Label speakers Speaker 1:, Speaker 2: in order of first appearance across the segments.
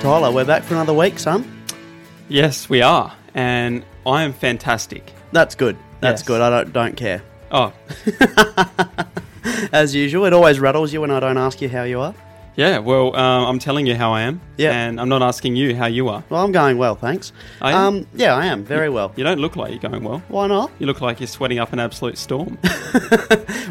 Speaker 1: Kylo, we're back for another week, son.
Speaker 2: Yes, we are. And I am fantastic.
Speaker 1: That's good. That's
Speaker 2: Yes.
Speaker 1: good. I don't don't care.
Speaker 2: Oh,
Speaker 1: As usual, it always rattles you when I don't ask you how you are.
Speaker 2: yeah. Well, um, I'm telling you how I am.
Speaker 1: Yeah.
Speaker 2: And I'm not asking you how you are.
Speaker 1: Well, I'm going well, thanks.
Speaker 2: Are you?
Speaker 1: Um, yeah, I am very well.
Speaker 2: You don't look like you're going well.
Speaker 1: Why not?
Speaker 2: You look like you're sweating up an absolute storm.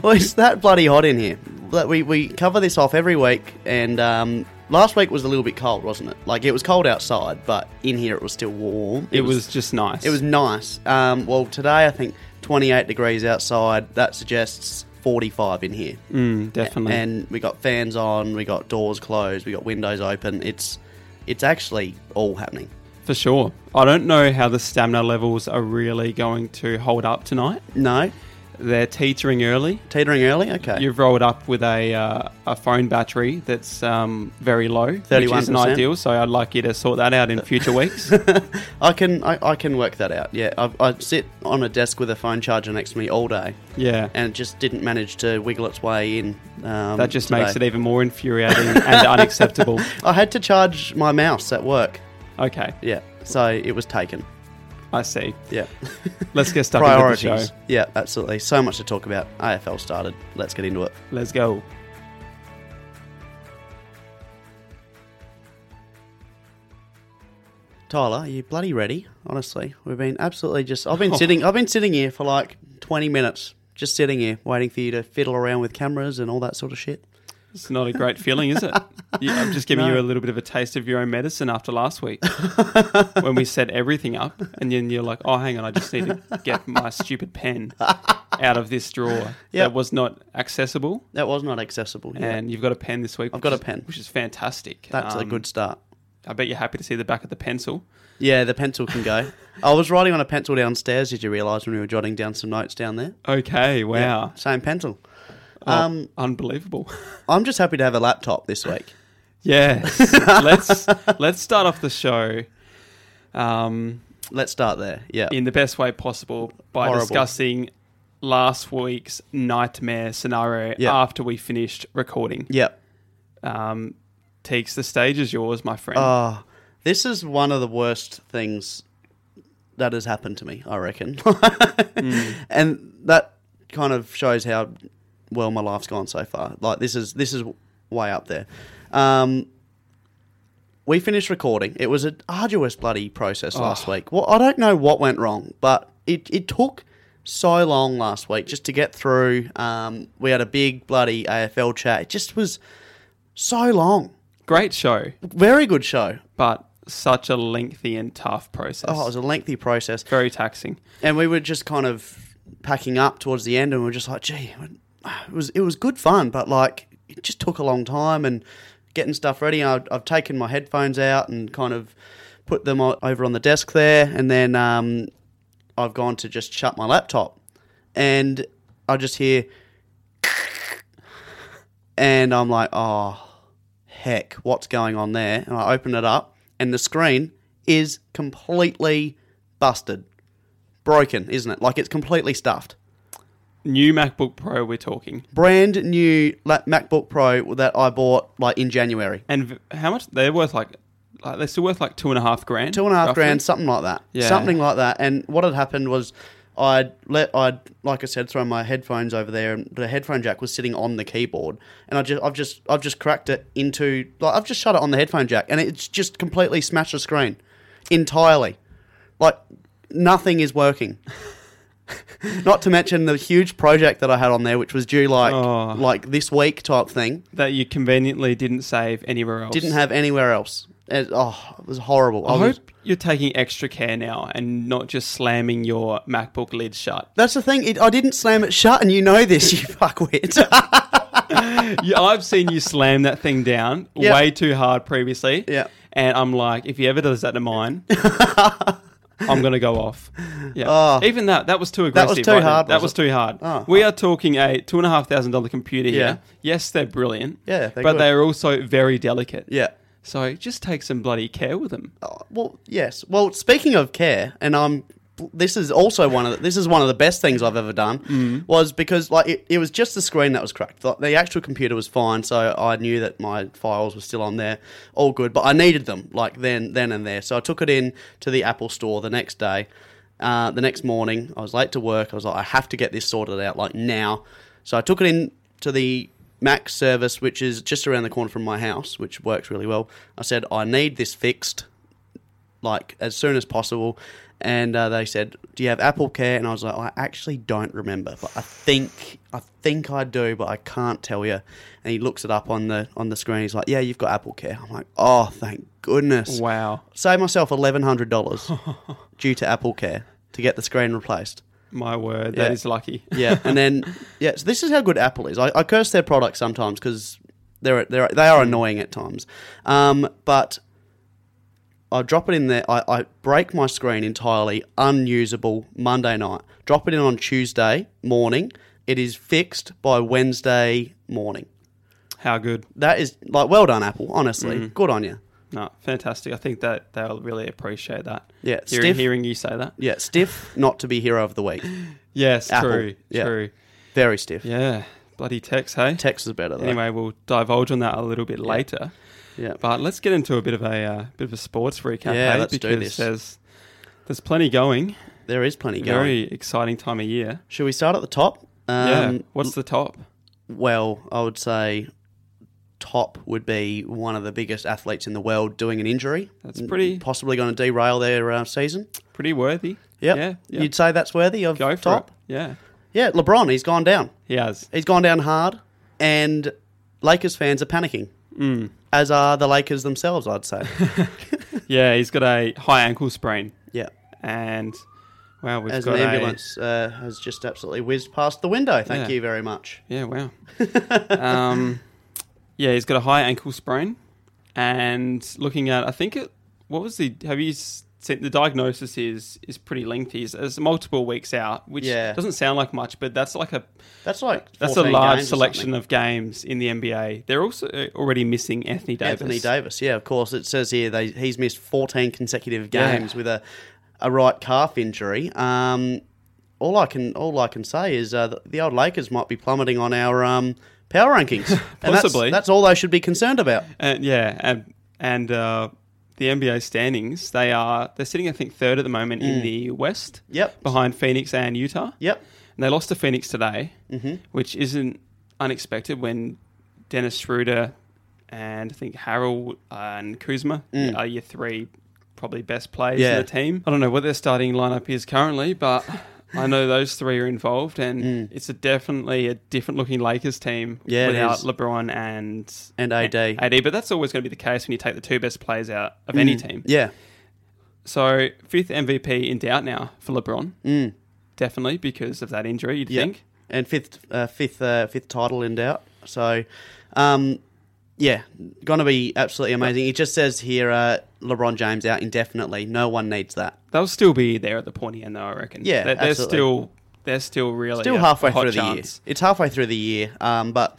Speaker 1: Well, it's that bloody hot in here. But we we cover this off every week, and um, last week was a little bit cold, wasn't it? Like it was cold outside, but in here it was still warm.
Speaker 2: it was just nice.
Speaker 1: It was nice. Um, well, today I think 28 degrees outside. That suggests 45 in here.
Speaker 2: Mm, definitely.
Speaker 1: And we got fans on. We got doors closed. We got windows open. It's it's actually all happening.
Speaker 2: for sure. I don't know how the stamina levels are really going to hold up tonight.
Speaker 1: No,
Speaker 2: They're teetering early.
Speaker 1: teetering early. Okay.
Speaker 2: You've rolled up with a uh, a phone battery that's um, very low, which
Speaker 1: 31%.
Speaker 2: isn't ideal. So I'd like you to sort that out in future weeks.
Speaker 1: I can I, I can work that out. Yeah, I, I sit on a desk with a phone charger next to me all day,
Speaker 2: Yeah.
Speaker 1: and it just didn't manage to wiggle its way in. Um,
Speaker 2: That just makes e- it
Speaker 1: today.
Speaker 2: even more infuriating and unacceptable.
Speaker 1: I had to charge my mouse at work.
Speaker 2: Okay,
Speaker 1: Yeah, so it was taken.
Speaker 2: I see.
Speaker 1: Yeah.
Speaker 2: Let's get stuck into the
Speaker 1: Priorities.
Speaker 2: show.
Speaker 1: Yeah, absolutely. So much to talk about. AFL started. Let's get into it.
Speaker 2: Let's go.
Speaker 1: Tyler, are you bloody ready? Honestly, we've been absolutely just. I've been sitting. I've been sitting here for like twenty minutes, just sitting here waiting for you to fiddle around with cameras and all that sort of shit.
Speaker 2: It's not a great feeling, is it? You- I'm just giving you a little bit of a taste of your own medicine after last week when we set everything up, and then you're like, "Oh, hang on, I just need to get my stupid pen out of this drawer
Speaker 1: Yeah.
Speaker 2: that was not accessible."
Speaker 1: That was not accessible. Yeah,
Speaker 2: And you've got a pen this week.
Speaker 1: I've
Speaker 2: which
Speaker 1: got a
Speaker 2: is-
Speaker 1: pen.
Speaker 2: which is fantastic.
Speaker 1: that's a
Speaker 2: Um,
Speaker 1: good start.
Speaker 2: I bet you're happy to see the back of the pencil.
Speaker 1: Yeah, the pencil can go. I was writing on a pencil downstairs. Did you realise when we were jotting down some notes down there?
Speaker 2: Okay, wow,
Speaker 1: Same pencil.
Speaker 2: Oh,
Speaker 1: Um,
Speaker 2: unbelievable.
Speaker 1: I'm just happy to have a laptop this week.
Speaker 2: Yes. let's let's start off the show um,
Speaker 1: Let's start there. Yeah.
Speaker 2: in the best way possible by
Speaker 1: Horrible.
Speaker 2: discussing last week's nightmare scenario
Speaker 1: Yeah.
Speaker 2: after we finished recording.
Speaker 1: yeah.
Speaker 2: Um, takes the stage is yours, my friend.
Speaker 1: Oh, this is one of the worst things that has happened to me, I reckon. And that kind of shows how well my life's gone so far. Like this is this is way up there. Um, we finished recording. It was an arduous bloody process last week. Well, I don't know what went wrong, but it, it took so long last week just to get through. Um, we had a big bloody AFL chat. It just was so long.
Speaker 2: Great show,
Speaker 1: Very good show.
Speaker 2: but such a lengthy and tough process.
Speaker 1: Oh, it was a lengthy process.
Speaker 2: Very taxing.
Speaker 1: And we were just kind of packing up towards the end, and we are just like, gee, it was it was good fun, but like it just took a long time and getting stuff ready. I've, I've taken my headphones out and kind of put them o- over on the desk there, and then um, I've gone to just shut my laptop, and I just hear, and I'm like, oh heck, what's going on there? And I open it up, and the screen is completely busted, broken, isn't it? Like it's completely stuffed.
Speaker 2: New MacBook Pro, we're talking.
Speaker 1: Brand new la- MacBook Pro that I bought like in January,
Speaker 2: And v- how much? They're worth like, like, they're still worth like two and a half grand.
Speaker 1: two and a half
Speaker 2: roughly.
Speaker 1: grand, something like that,
Speaker 2: Yeah.
Speaker 1: something like that. And what had happened was. I'd let I'd like I said throw my headphones over there and the headphone jack was sitting on the keyboard and I just I've just I've just cracked it into like I've just shut it on the headphone jack and it's just completely smashed the screen entirely like nothing is working not to mention the huge project that I had on there which was due like
Speaker 2: Oh.
Speaker 1: like this week type thing
Speaker 2: that you conveniently didn't save anywhere else.
Speaker 1: didn't have anywhere else And- oh it was horrible
Speaker 2: I
Speaker 1: was-
Speaker 2: hope you're taking extra care now and not just slamming your MacBook lid shut.
Speaker 1: That's the thing. It, I didn't slam it shut, and you know this, you fuckwit.
Speaker 2: yeah, I've seen you slam that thing down
Speaker 1: Yeah.
Speaker 2: way too hard previously.
Speaker 1: Yeah.
Speaker 2: And I'm like, if he ever does that to mine, I'm going to go off. Yeah.
Speaker 1: Oh.
Speaker 2: Even that, that was too
Speaker 1: That
Speaker 2: aggressive.
Speaker 1: was too
Speaker 2: wasn't it?
Speaker 1: hard,
Speaker 2: That
Speaker 1: was
Speaker 2: was
Speaker 1: it?
Speaker 2: too hard.
Speaker 1: Oh.
Speaker 2: We are talking a $2,500 computer here.
Speaker 1: Yeah.
Speaker 2: Yes, they're brilliant.
Speaker 1: Yeah, they're
Speaker 2: but
Speaker 1: good.
Speaker 2: they're also very delicate.
Speaker 1: yeah.
Speaker 2: So just take some bloody care with them.
Speaker 1: Oh, well, yes. Well, speaking of care, and I'm this is also one of the, this is one of the best things I've ever done was because like it, it was just the screen that was cracked. Like, the actual computer was fine, so I knew that my files were still on there, all good. But I needed them like then then and there, so I took it in to the Apple store the next day. Uh, the next morning, I was late to work. I was like, I have to get this sorted out like now. So I took it in to the Mac service, which is just around the corner from my house, which works really well. I said, I need this fixed like as soon as possible. And uh, they said, "Do you have Apple Care?" And I was like, "I actually don't remember, but I think I think I do, but I can't tell you." And he looks it up on the on the screen. He's like, "Yeah, you've got Apple Care." I'm like, "Oh, thank goodness!"
Speaker 2: Wow.
Speaker 1: Save myself eleven hundred dollars due to Apple Care to get the screen replaced.
Speaker 2: My word,
Speaker 1: Yeah.
Speaker 2: that is lucky.
Speaker 1: Yeah, and then yeah, so this is how good Apple is. I, I curse their products sometimes because they're they're they are annoying at times. Um, but I drop it in there. I, I break my screen entirely, unusable Monday night. Drop it in on Tuesday morning. It is fixed by Wednesday morning.
Speaker 2: How good.
Speaker 1: That is like well done, Apple. Honestly,
Speaker 2: Mm-hmm.
Speaker 1: good on you.
Speaker 2: No, fantastic. I think that they'll really appreciate that.
Speaker 1: Yeah,
Speaker 2: hearing,
Speaker 1: stiff.
Speaker 2: hearing you say that.
Speaker 1: Yeah, stiff not to be hero of the week.
Speaker 2: Yes,
Speaker 1: Apple.
Speaker 2: true,
Speaker 1: Yeah.
Speaker 2: true.
Speaker 1: Very stiff.
Speaker 2: Yeah, bloody text, hey.
Speaker 1: Text is better though.
Speaker 2: anyway, we'll divulge on that a little bit later.
Speaker 1: yeah.
Speaker 2: But let's get into a bit of a uh, bit of a sports recap.
Speaker 1: Yeah,
Speaker 2: hey,
Speaker 1: let's do
Speaker 2: because
Speaker 1: this.
Speaker 2: There's, there's plenty going.
Speaker 1: there is plenty going. Um,
Speaker 2: Very exciting time of year.
Speaker 1: Should we start at the top?
Speaker 2: yeah. What's the top?
Speaker 1: Well, I would say top would be one of the biggest athletes in the world doing an injury.
Speaker 2: That's pretty-
Speaker 1: possibly going to derail their uh, season.
Speaker 2: Pretty worthy.
Speaker 1: Yep.
Speaker 2: Yeah. yeah.
Speaker 1: You'd say that's worthy of
Speaker 2: go for
Speaker 1: top.
Speaker 2: it. Yeah.
Speaker 1: Yeah, LeBron, he's gone down.
Speaker 2: He has.
Speaker 1: He's gone down hard, and Lakers fans are panicking,
Speaker 2: Mm.
Speaker 1: as are the Lakers themselves. I'd say.
Speaker 2: Yeah, he's got a high ankle sprain,
Speaker 1: yeah,
Speaker 2: and wow, we've
Speaker 1: as an
Speaker 2: got a-
Speaker 1: ambulance uh, has just absolutely whizzed past the window. Thank
Speaker 2: Yeah.
Speaker 1: you very much.
Speaker 2: Yeah, wow. um, yeah, he's got a high ankle sprain, and looking at, I think it. What was the? Have you seen the diagnosis? Is is pretty lengthy. It's, it's multiple weeks out, which
Speaker 1: Yeah.
Speaker 2: doesn't sound like much, but that's like a
Speaker 1: That's like
Speaker 2: that's a
Speaker 1: 14
Speaker 2: large
Speaker 1: games or
Speaker 2: selection
Speaker 1: something.
Speaker 2: of games in the NBA. They're also uh, already missing Anthony Davis.
Speaker 1: Anthony Davis, yeah, of course. It says here they, he's missed 14 consecutive
Speaker 2: Yeah.
Speaker 1: games with a, a right calf injury. Um, all I can all I can say is uh, the, the old Lakers might be plummeting on our um, power rankings. And that's-
Speaker 2: Possibly.
Speaker 1: that's, all they should be concerned about.
Speaker 2: And Uh, yeah, and and uh, the NBA standings. They are they're sitting, I think, third at the moment
Speaker 1: Mm.
Speaker 2: in the West.
Speaker 1: Yep.
Speaker 2: behind Phoenix and Utah.
Speaker 1: Yep. Mm-hmm.
Speaker 2: And they lost to Phoenix today, which isn't unexpected when Dennis Schroeder and I think Harold uh, and Kuzma are your three probably best players
Speaker 1: Mm. Yeah.
Speaker 2: in the team. I don't know what their starting lineup is currently, but I know those three are involved, and it's a definitely a different looking Lakers team
Speaker 1: Mm. Yeah, it
Speaker 2: without
Speaker 1: is.
Speaker 2: LeBron and
Speaker 1: And AD.
Speaker 2: AD. But that's always going to be the case when you take the two best players out of
Speaker 1: Mm.
Speaker 2: any team.
Speaker 1: Yeah.
Speaker 2: So fifth MVP in doubt now for LeBron. Definitely because of that injury, you'd
Speaker 1: Yeah.
Speaker 2: think.
Speaker 1: Mm. And fifth uh, fifth uh, fifth title in doubt. So um, yeah, going to be absolutely amazing. It just says here uh, LeBron James out indefinitely. No one needs that.
Speaker 2: They'll still be there at the pointy end, though. I reckon.
Speaker 1: Yeah,
Speaker 2: they're, they're
Speaker 1: absolutely.
Speaker 2: still they're still really
Speaker 1: still
Speaker 2: a
Speaker 1: halfway
Speaker 2: hot
Speaker 1: through
Speaker 2: chance.
Speaker 1: the year. It's halfway through the year, um, but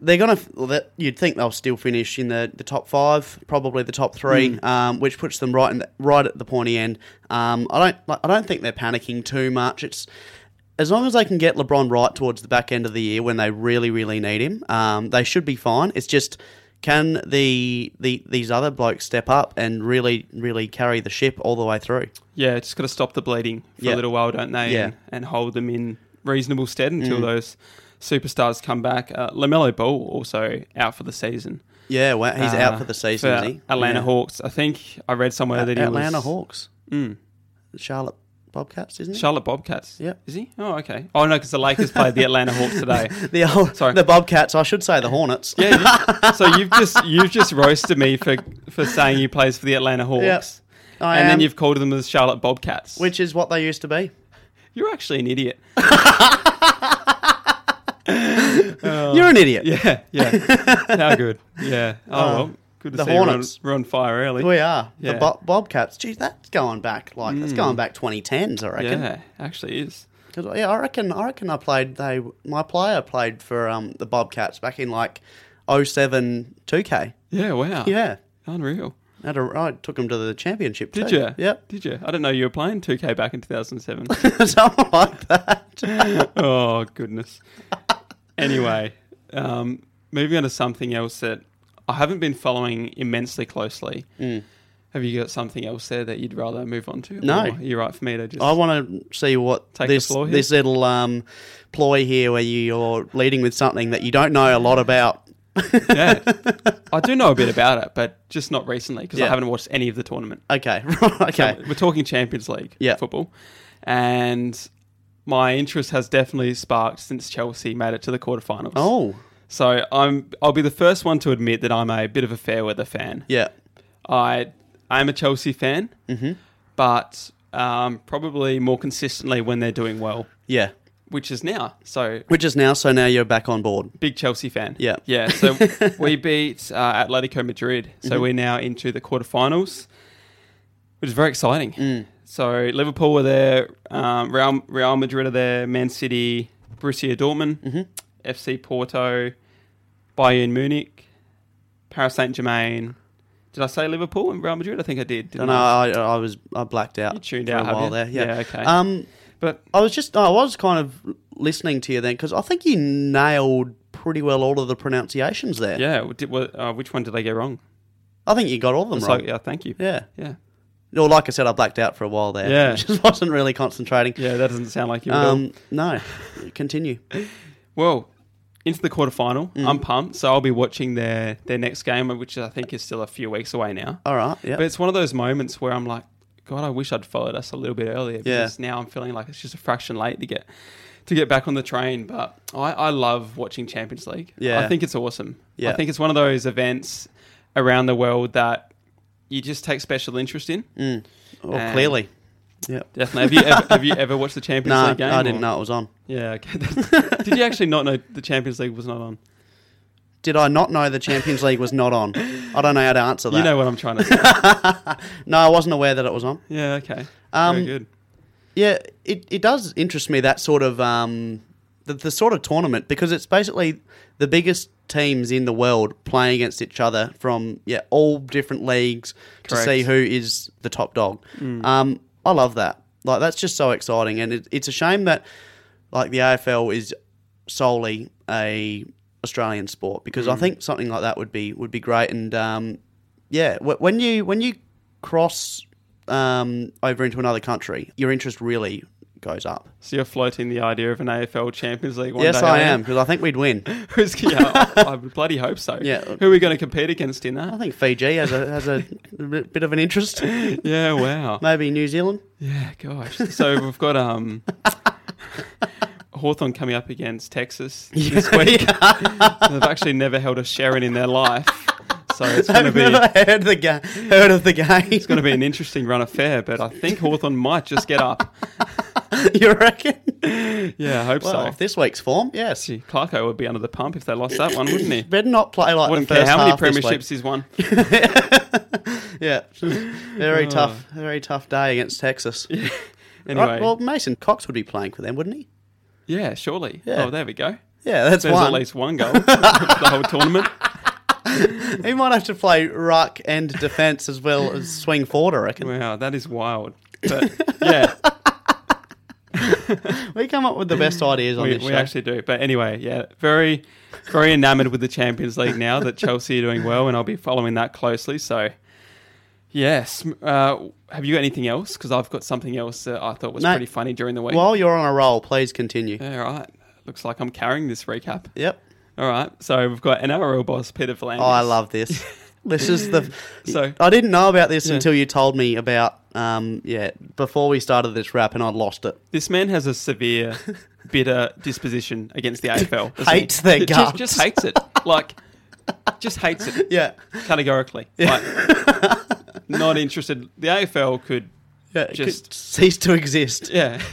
Speaker 1: they're gonna. f- well, that- You'd think they'll still finish in the, the top five, probably the top three, um, which puts them right in the, right at the pointy end. Um, I don't. like, I don't think they're panicking too much. It's as long as they can get LeBron right towards the back end of the year when they really really need him, um, they should be fine. It's just. Can the, the these other blokes step up and really really carry the ship all the way through?
Speaker 2: Yeah, just got to stop the bleeding for
Speaker 1: Yeah.
Speaker 2: a little while, don't they?
Speaker 1: Yeah. Mm.
Speaker 2: And, and hold them in reasonable stead until those superstars come back. Uh, Lamelo Ball also out for the season.
Speaker 1: Yeah, well, he's
Speaker 2: Uh,
Speaker 1: out for the season.
Speaker 2: for
Speaker 1: is he?
Speaker 2: Atlanta
Speaker 1: Yeah.
Speaker 2: Hawks. I think I read somewhere that he
Speaker 1: Atlanta
Speaker 2: was mm,
Speaker 1: Hawks. Charlotte Bobcats, isn't it?
Speaker 2: Charlotte Bobcats.
Speaker 1: Yeah.
Speaker 2: is he? Oh, okay. Oh no, because the Lakers played the Atlanta Hawks today.
Speaker 1: the old,
Speaker 2: Sorry.
Speaker 1: the Bobcats. I should say the Hornets.
Speaker 2: Yeah. you- so you've just you've just roasted me for for saying he plays for the Atlanta Hawks.
Speaker 1: Yeah, I
Speaker 2: and
Speaker 1: am,
Speaker 2: then you've called them the Charlotte Bobcats.
Speaker 1: which is what they used to be.
Speaker 2: you're actually an idiot.
Speaker 1: You're an idiot.
Speaker 2: Uh, Oh. Yeah, yeah. How good. Yeah. Oh well. Good to
Speaker 1: the
Speaker 2: see we're on-
Speaker 1: Hornets.
Speaker 2: We're, on, fire early.
Speaker 1: We are the
Speaker 2: Yeah. Hmm.
Speaker 1: Bo- Bobcats. Geez, that's going back like that's going back 2010s. I reckon.
Speaker 2: yeah, actually is.
Speaker 1: 'Cause, yeah, I reckon. I reckon I played. They my player played for um oh the Bobcats back in like 07 2K.
Speaker 2: Yeah, wow.
Speaker 1: Yeah.
Speaker 2: Unreal.
Speaker 1: Had a, I took him to the championship.
Speaker 2: Did
Speaker 1: too.
Speaker 2: you?
Speaker 1: Yep.
Speaker 2: Did you? I didn't know you were playing 2K back in 2007.
Speaker 1: Something like that.
Speaker 2: oh goodness. Anyway, um, moving on to something else that I haven't been following immensely closely. Have you got something else there that you'd rather move on to?
Speaker 1: Mm. No.
Speaker 2: Or are you right for me to just.
Speaker 1: I want to see what
Speaker 2: Take the
Speaker 1: this
Speaker 2: floor here.
Speaker 1: this little um, ploy here, where you're leading with something that you don't know a lot about.
Speaker 2: yeah, I do know a bit about it, but just not recently because I
Speaker 1: Yeah.
Speaker 2: haven't watched any of the tournament. Um,
Speaker 1: Okay, right, okay,
Speaker 2: We're talking Champions League
Speaker 1: Yeah.
Speaker 2: football, and my interest has definitely sparked since Chelsea made it to the quarterfinals.
Speaker 1: oh
Speaker 2: So I'm I'll be the first one to admit that I'm a bit of a fair weather fan.
Speaker 1: yeah, mm-hmm,
Speaker 2: I I'm a Chelsea fan, but um, probably more consistently when they're doing well,
Speaker 1: yeah.
Speaker 2: which is now. So
Speaker 1: Which is now, so now you're back on board.
Speaker 2: big Chelsea fan.
Speaker 1: Yeah.
Speaker 2: yeah. So we beat uh, Atletico Madrid, so we're now into the quarterfinals, which is very exciting.
Speaker 1: mm,
Speaker 2: So Liverpool are there, um, Real Real Madrid are there, Man City, Borussia
Speaker 1: mm-hmm.
Speaker 2: Dortmund, FC Porto, Bayern Munich, Paris Saint Germain. Did I say Liverpool and Real Madrid? I think I did.
Speaker 1: No,
Speaker 2: Didn't
Speaker 1: no,
Speaker 2: I?
Speaker 1: I, I was I blacked out.
Speaker 2: You tuned
Speaker 1: Uh, for
Speaker 2: out,
Speaker 1: a
Speaker 2: have
Speaker 1: while
Speaker 2: you?
Speaker 1: there. Yeah,
Speaker 2: Yeah, okay.
Speaker 1: Um,
Speaker 2: But
Speaker 1: I was just I was kind of listening to you then because I think you nailed pretty well all of the pronunciations there.
Speaker 2: yeah, what did, what, uh, which one did I get wrong?
Speaker 1: I think you got all of them
Speaker 2: So
Speaker 1: right.
Speaker 2: yeah, thank you.
Speaker 1: yeah.
Speaker 2: yeah,
Speaker 1: Well, like I said, I blacked out for a while there.
Speaker 2: Yeah.
Speaker 1: just wasn't really concentrating.
Speaker 2: Yeah, That doesn't sound like you. at all.
Speaker 1: Um, no, continue.
Speaker 2: Well, into the quarterfinal.
Speaker 1: Mm.
Speaker 2: I'm pumped. So I'll be watching their their next game, uh, which I think is still a few weeks away now.
Speaker 1: All right.
Speaker 2: But
Speaker 1: Yeah.
Speaker 2: it's one of those moments where I'm like, God, I wish I'd followed us a little bit earlier. Because now I'm feeling like it's just a fraction late to get to get back on the train. But I, I love watching Champions League.
Speaker 1: Yeah.
Speaker 2: I think it's awesome. I
Speaker 1: Yeah.
Speaker 2: think it's one of those events around the world that you just take special interest in.
Speaker 1: Well,
Speaker 2: and-
Speaker 1: Mm. Oh, clearly. Yeah.
Speaker 2: Definitely. Have you ever, have you ever watched the Champions
Speaker 1: No,
Speaker 2: League game?
Speaker 1: I didn't
Speaker 2: or-
Speaker 1: know it was on.
Speaker 2: Yeah. Okay. That's- Did you actually not know the Champions League was not on?
Speaker 1: Did I not know the Champions League was not on? I don't know how to answer that.
Speaker 2: You know what I'm trying to say.
Speaker 1: no, I wasn't aware that it was on.
Speaker 2: Yeah, okay. Very
Speaker 1: Um,
Speaker 2: good.
Speaker 1: Yeah, it, it does interest me that sort of um, the, the sort of tournament because it's basically the biggest teams in the world playing against each other from yeah all different leagues
Speaker 2: Correct.
Speaker 1: to see who is the top dog. Um, I love that. Like that's just so exciting, and it, it's a shame that like the AFL is solely a Australian sport because I think something like that would be would be great. And um, yeah, wh- when you when you cross um, over into another country, your interest really goes up.
Speaker 2: So you're floating the idea of an AFL Champions League one
Speaker 1: yes,
Speaker 2: day?
Speaker 1: I
Speaker 2: aren't
Speaker 1: am
Speaker 2: you?
Speaker 1: because I think we'd win.
Speaker 2: Who's, yeah, I, I would bloody hope so.
Speaker 1: Yeah.
Speaker 2: Who are we going to compete against in
Speaker 1: I
Speaker 2: that?
Speaker 1: think Fiji has a has a bit of an interest.
Speaker 2: Yeah, wow.
Speaker 1: Maybe New Zealand.
Speaker 2: Yeah, gosh. So we've got um, Hawthorn coming up against Texas this week. They've actually never held a Sharon in their life. So it's going to
Speaker 1: I've
Speaker 2: be.
Speaker 1: never heard the ga- heard of the game.
Speaker 2: It's going to be an interesting run of fair, but I think Hawthorn might just get up.
Speaker 1: you reckon?
Speaker 2: Yeah, I hope
Speaker 1: Well,
Speaker 2: so.
Speaker 1: off this week's form, yes.
Speaker 2: Gee, Clarko would be under the pump if they lost that one, wouldn't he?
Speaker 1: Better not play like
Speaker 2: Wouldn't
Speaker 1: the first
Speaker 2: care how many
Speaker 1: half this week.
Speaker 2: premierships he's won.
Speaker 1: Yeah, very
Speaker 2: Oh.
Speaker 1: tough, very tough day against Texas.
Speaker 2: Anyway,
Speaker 1: Right, well, Mason Cox would be playing for them, wouldn't he?
Speaker 2: yeah, surely.
Speaker 1: Yeah.
Speaker 2: Oh, there we go.
Speaker 1: Yeah, that's
Speaker 2: There's at
Speaker 1: one.
Speaker 2: least one goal for the whole tournament.
Speaker 1: He might have to play ruck and defence as well as swing forward. I reckon.
Speaker 2: Wow, that is wild. But yeah,
Speaker 1: We come up with the best ideas on
Speaker 2: we,
Speaker 1: this
Speaker 2: we
Speaker 1: show.
Speaker 2: actually do. But anyway, yeah, very, very enamoured with the Champions League now that Chelsea are doing well, and I'll be following that closely. So, yes, uh, have you got anything else? Because I've got something else that I thought was
Speaker 1: No.
Speaker 2: pretty funny during the week.
Speaker 1: While you're on a roll, please continue.
Speaker 2: Yeah, all right. Looks like I'm carrying this recap.
Speaker 1: Yep.
Speaker 2: All right. So we've got NRL boss Peter Flanders.
Speaker 1: Oh, I love this. this is the.
Speaker 2: So-
Speaker 1: I didn't know about this until you told me about. Um, yeah, before we started this rap, and I lost it.
Speaker 2: This man has a severe, bitter disposition against the AFL. doesn't
Speaker 1: Hates
Speaker 2: he?
Speaker 1: their
Speaker 2: Ju- Just,
Speaker 1: guts.
Speaker 2: just hates it. Like, just hates it
Speaker 1: Yeah.
Speaker 2: categorically. Like, not interested. The AFL could,
Speaker 1: Yeah, it
Speaker 2: Just-
Speaker 1: could cease to exist.
Speaker 2: yeah.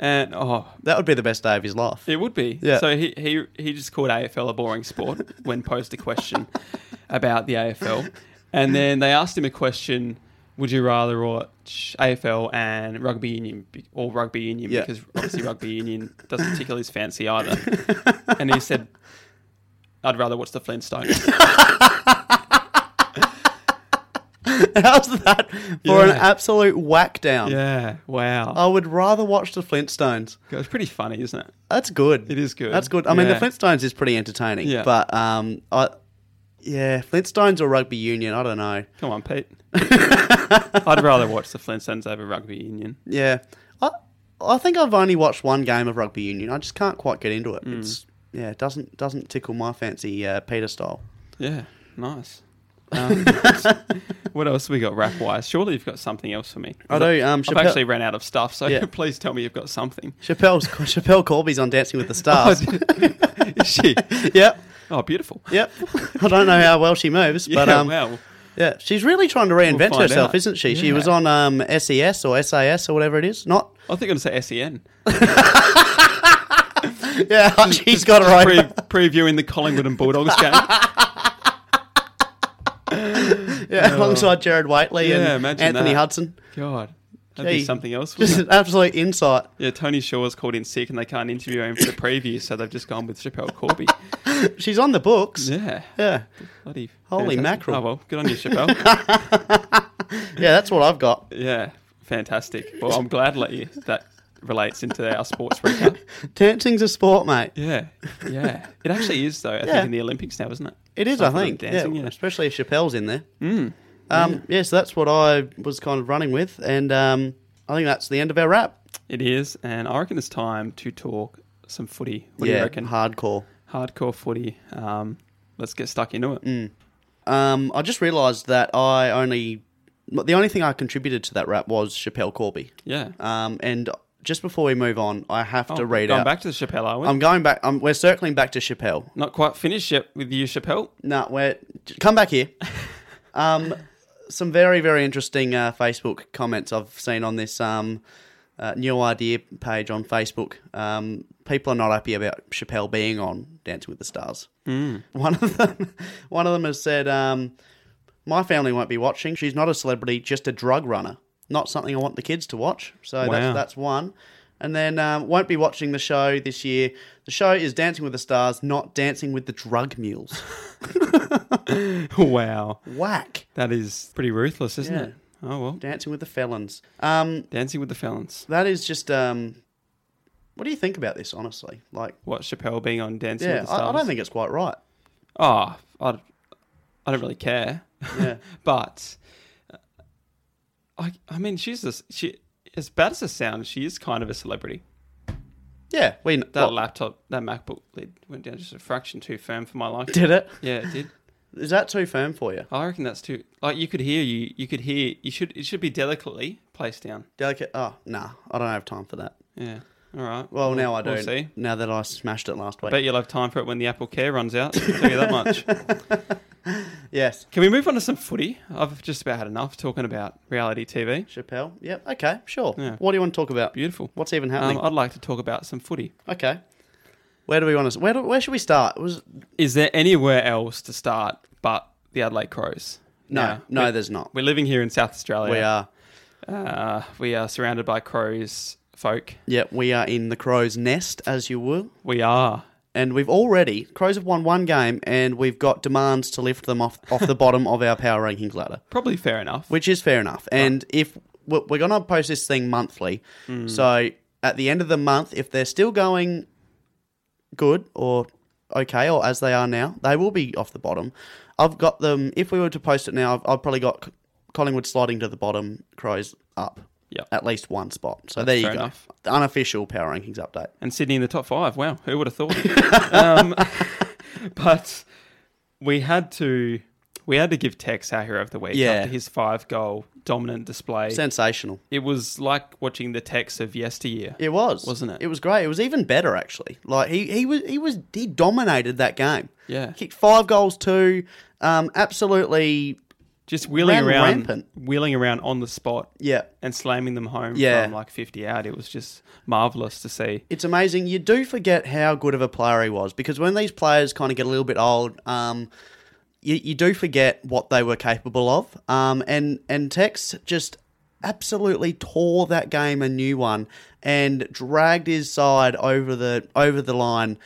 Speaker 2: And oh,
Speaker 1: That would be the best day of his life.
Speaker 2: it would be.
Speaker 1: Yeah.
Speaker 2: So he, he he just called AFL a boring sport when posed a question about the AFL, and then they asked him a question. Would you rather watch AFL and rugby union be- or rugby union
Speaker 1: Yeah.
Speaker 2: because obviously rugby union doesn't tickle his fancy either. And he said, "I'd rather watch the Flintstones."
Speaker 1: How's that for an
Speaker 2: Yeah.
Speaker 1: absolute whack down?
Speaker 2: Yeah. Oh. Wow.
Speaker 1: I would rather watch the Flintstones.
Speaker 2: God, It's pretty funny, isn't it?
Speaker 1: That's good.
Speaker 2: It is good.
Speaker 1: That's good. I mean, the
Speaker 2: Yeah.
Speaker 1: Flintstones is pretty entertaining.
Speaker 2: Yeah.
Speaker 1: But um, I, yeah, Flintstones or rugby union, I don't know.
Speaker 2: Come on, Pete. I'd rather watch the Flintstones over rugby union.
Speaker 1: Yeah, I, I think I've only watched one game of rugby union. I just can't quite get into
Speaker 2: Hmm.
Speaker 1: it. It's yeah, it doesn't doesn't tickle my fancy uh, Peter style.
Speaker 2: Yeah. Nice. Um, what else we got rap wise? Surely you've got something else for me.
Speaker 1: I do, um,
Speaker 2: I've
Speaker 1: Chappelle-
Speaker 2: actually ran out of stuff, so
Speaker 1: Yeah.
Speaker 2: please tell me you've got something. Oh,
Speaker 1: Chappelle's Chappelle Corby's on Dancing with the Stars.
Speaker 2: Is she?
Speaker 1: yep,
Speaker 2: Oh, beautiful.
Speaker 1: yep. I don't know how well she moves, but
Speaker 2: Yeah,
Speaker 1: um,
Speaker 2: well,
Speaker 1: yeah, she's really trying to reinvent
Speaker 2: find
Speaker 1: herself,
Speaker 2: out.
Speaker 1: isn't she? She was
Speaker 2: Yeah.
Speaker 1: on um, SES or SAS or whatever it is. Not
Speaker 2: I think I'm going to say E SEN.
Speaker 1: yeah, she's got her own.
Speaker 2: Pre- previewing the Collingwood and Bulldogs game.
Speaker 1: Yeah, alongside Jared Waitley
Speaker 2: Yeah,
Speaker 1: and
Speaker 2: imagine
Speaker 1: Anthony
Speaker 2: that.
Speaker 1: Hudson.
Speaker 2: God, that'd be
Speaker 1: Gee.
Speaker 2: something else.
Speaker 1: Just
Speaker 2: Wouldn't it?
Speaker 1: an absolute insight.
Speaker 2: Yeah, Tony Shaw was called in sick, and they can't interview him for the preview, so they've just gone with Chappelle Corby.
Speaker 1: She's on the books. Yeah.
Speaker 2: Yeah,
Speaker 1: Yeah,
Speaker 2: bloody
Speaker 1: Holy
Speaker 2: fantastic.
Speaker 1: mackerel.
Speaker 2: Oh well, good on you, Chappelle.
Speaker 1: that's what I've got.
Speaker 2: yeah, fantastic. Well, I'm glad that you, that relates into our sports recap.
Speaker 1: Dancing's a sport, mate.
Speaker 2: Yeah, yeah, it actually is though. I
Speaker 1: Yeah.
Speaker 2: think in the Olympics now, isn't it?
Speaker 1: It is,
Speaker 2: Some
Speaker 1: I
Speaker 2: form of
Speaker 1: think.
Speaker 2: Dancing,
Speaker 1: yeah,
Speaker 2: Mm, yeah. Mm-hmm.
Speaker 1: especially if Chappelle's in there. Um, yeah. so that's what I was kind of running with, and um, I think that's the end of our wrap.
Speaker 2: It is, and I reckon it's time to talk some footy. What do
Speaker 1: yeah,
Speaker 2: you reckon?
Speaker 1: hardcore.
Speaker 2: Hardcore footy. Um, let's get stuck into
Speaker 1: Mm.
Speaker 2: it.
Speaker 1: Um, I just realised that I only the only thing I contributed to that rap was Chappelle Corby.
Speaker 2: Yeah.
Speaker 1: Um, and just before we move on, I have
Speaker 2: Oh,
Speaker 1: to read
Speaker 2: going
Speaker 1: out.
Speaker 2: back to the Chappelle, are we?
Speaker 1: I'm going back. I'm, we're circling back to Chappelle.
Speaker 2: Not quite finished yet with you, Chappelle.
Speaker 1: No, we're j- come back here. Um, some very very interesting uh, Facebook comments I've seen on this um, uh, new idea page on Facebook. Um, people are not happy about Chappelle being on Dancing with the Stars. One of them, one of them has said, um, "My family won't be watching. She's not a celebrity, just a drug runner. Not something I want the kids to watch." So
Speaker 2: Wow.
Speaker 1: that's, that's one. And then um, won't be watching the show this year. The show is Dancing with the Stars, not Dancing with the Drug Mules.
Speaker 2: wow.
Speaker 1: Whack.
Speaker 2: That is pretty ruthless, isn't
Speaker 1: Yeah.
Speaker 2: it? Oh, well.
Speaker 1: Dancing with the Felons. Um,
Speaker 2: Dancing with the Felons.
Speaker 1: that is just. Um, what do you think about this? Honestly, like,
Speaker 2: What, Chappelle being on Dancing
Speaker 1: yeah,
Speaker 2: with the Stars?
Speaker 1: I, I don't think it's quite right.
Speaker 2: Oh, I, I don't really care.
Speaker 1: Yeah,
Speaker 2: but, uh, I, I mean, she's this, she, as bad as it sounds, she is kind of a celebrity.
Speaker 1: yeah. We
Speaker 2: That
Speaker 1: well,
Speaker 2: laptop, that MacBook lid went down just a fraction too firm for my liking.
Speaker 1: did it.
Speaker 2: yeah, it did.
Speaker 1: Is that too firm for you?
Speaker 2: I reckon that's too. Like you could hear you. You could hear. You should. It should be delicately placed down.
Speaker 1: Delicate. Oh, nah. I don't have time for that.
Speaker 2: Yeah. All right.
Speaker 1: Well, now I do.
Speaker 2: We'll see.
Speaker 1: Now that I smashed it last week.
Speaker 2: Bet you'll have time for it when the Apple Care runs out. I'll tell you that much.
Speaker 1: yes,
Speaker 2: Can we move on to some footy? I've just about had enough talking about reality TV.
Speaker 1: Chappelle. Yep. Okay. Sure.
Speaker 2: Yeah.
Speaker 1: What do you want to talk about?
Speaker 2: Beautiful.
Speaker 1: What's even
Speaker 2: Um,
Speaker 1: happening?
Speaker 2: I'd like to talk about some footy.
Speaker 1: okay. Where do we want to? Where do, Where should we start? Was
Speaker 2: Is there anywhere else to start but the Adelaide Crows?
Speaker 1: no,
Speaker 2: Now,
Speaker 1: no.
Speaker 2: we're,
Speaker 1: there's not.
Speaker 2: we're living here in South Australia.
Speaker 1: We are.
Speaker 2: Uh, we are surrounded by crows folk.
Speaker 1: Yeah, we are in the crow's nest, as you will.
Speaker 2: We are.
Speaker 1: and we've already Crows have won one game, and we've got demands to lift them off off the bottom of our power rankings ladder,
Speaker 2: Probably fair enough.
Speaker 1: which is fair enough. And if we're, we're going to post this thing monthly,
Speaker 2: Hmm.
Speaker 1: so at the end of the month, if they're still going good or okay or as they are now, they will be off the bottom. I've got them. If we were to post it now, I've, I've probably got C- Collingwood sliding to the bottom, Crows up.
Speaker 2: Yep.
Speaker 1: At least one spot. So there you
Speaker 2: fair
Speaker 1: go.
Speaker 2: enough.
Speaker 1: The Unofficial power rankings update.
Speaker 2: and Sydney in the top five. Wow, who would have thought? um, but we had to we had to give Tex our hero of the week
Speaker 1: Yeah.
Speaker 2: after his five goal dominant display.
Speaker 1: Sensational.
Speaker 2: it was like watching the Tex of yesteryear.
Speaker 1: It was,
Speaker 2: Wasn't it?
Speaker 1: It was great. It was even better actually. Like he he was he was he dominated that game.
Speaker 2: Yeah.
Speaker 1: kicked five goals too. Um, absolutely.
Speaker 2: Just wheeling
Speaker 1: Ran
Speaker 2: around,
Speaker 1: rampant.
Speaker 2: wheeling around on the spot
Speaker 1: Yeah,
Speaker 2: and slamming them home
Speaker 1: Yeah.
Speaker 2: from like fifty out. It was just marvelous to see.
Speaker 1: it's amazing. You do forget how good of a player he was because when these players kind of get a little bit old, um, you, you do forget what they were capable of. Um, and and Tex just absolutely tore that game a new one and dragged his side over the over the line.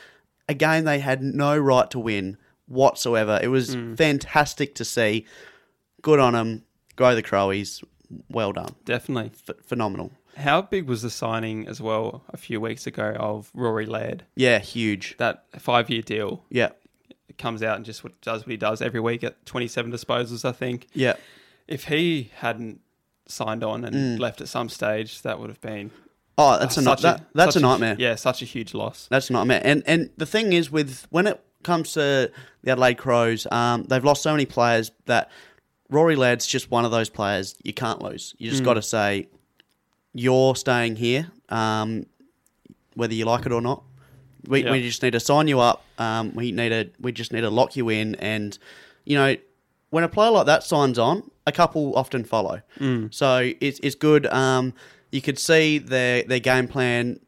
Speaker 1: A game they had no right to win whatsoever. It was fantastic to see. Good on him. grow the crowies. Well done.
Speaker 2: Definitely.
Speaker 1: Ph phenomenal.
Speaker 2: How big was the signing as well a few weeks ago of Rory Laird?
Speaker 1: Yeah, huge.
Speaker 2: That five year deal
Speaker 1: Yeah,
Speaker 2: It comes out and just what- does what he does every week at 27 disposals, I think.
Speaker 1: yeah.
Speaker 2: If he hadn't signed on and left at some stage, that would have been
Speaker 1: Oh, Mm. that's a,
Speaker 2: such
Speaker 1: night that, that's a
Speaker 2: such
Speaker 1: nightmare.
Speaker 2: yeah, such a huge loss.
Speaker 1: That's a nightmare. And and the thing is with when it comes to the Adelaide Crows, um, they've lost so many players that Rory Ladd's just one of those players you can't lose. You just got to say you're staying here, um, whether you like it or not. We,
Speaker 2: Yeah.
Speaker 1: we just need to sign you up. Um, we need to we just need to lock you in, and you know when a player like that signs on, a couple often follow. So it's it's good. Um, you could see their their game plan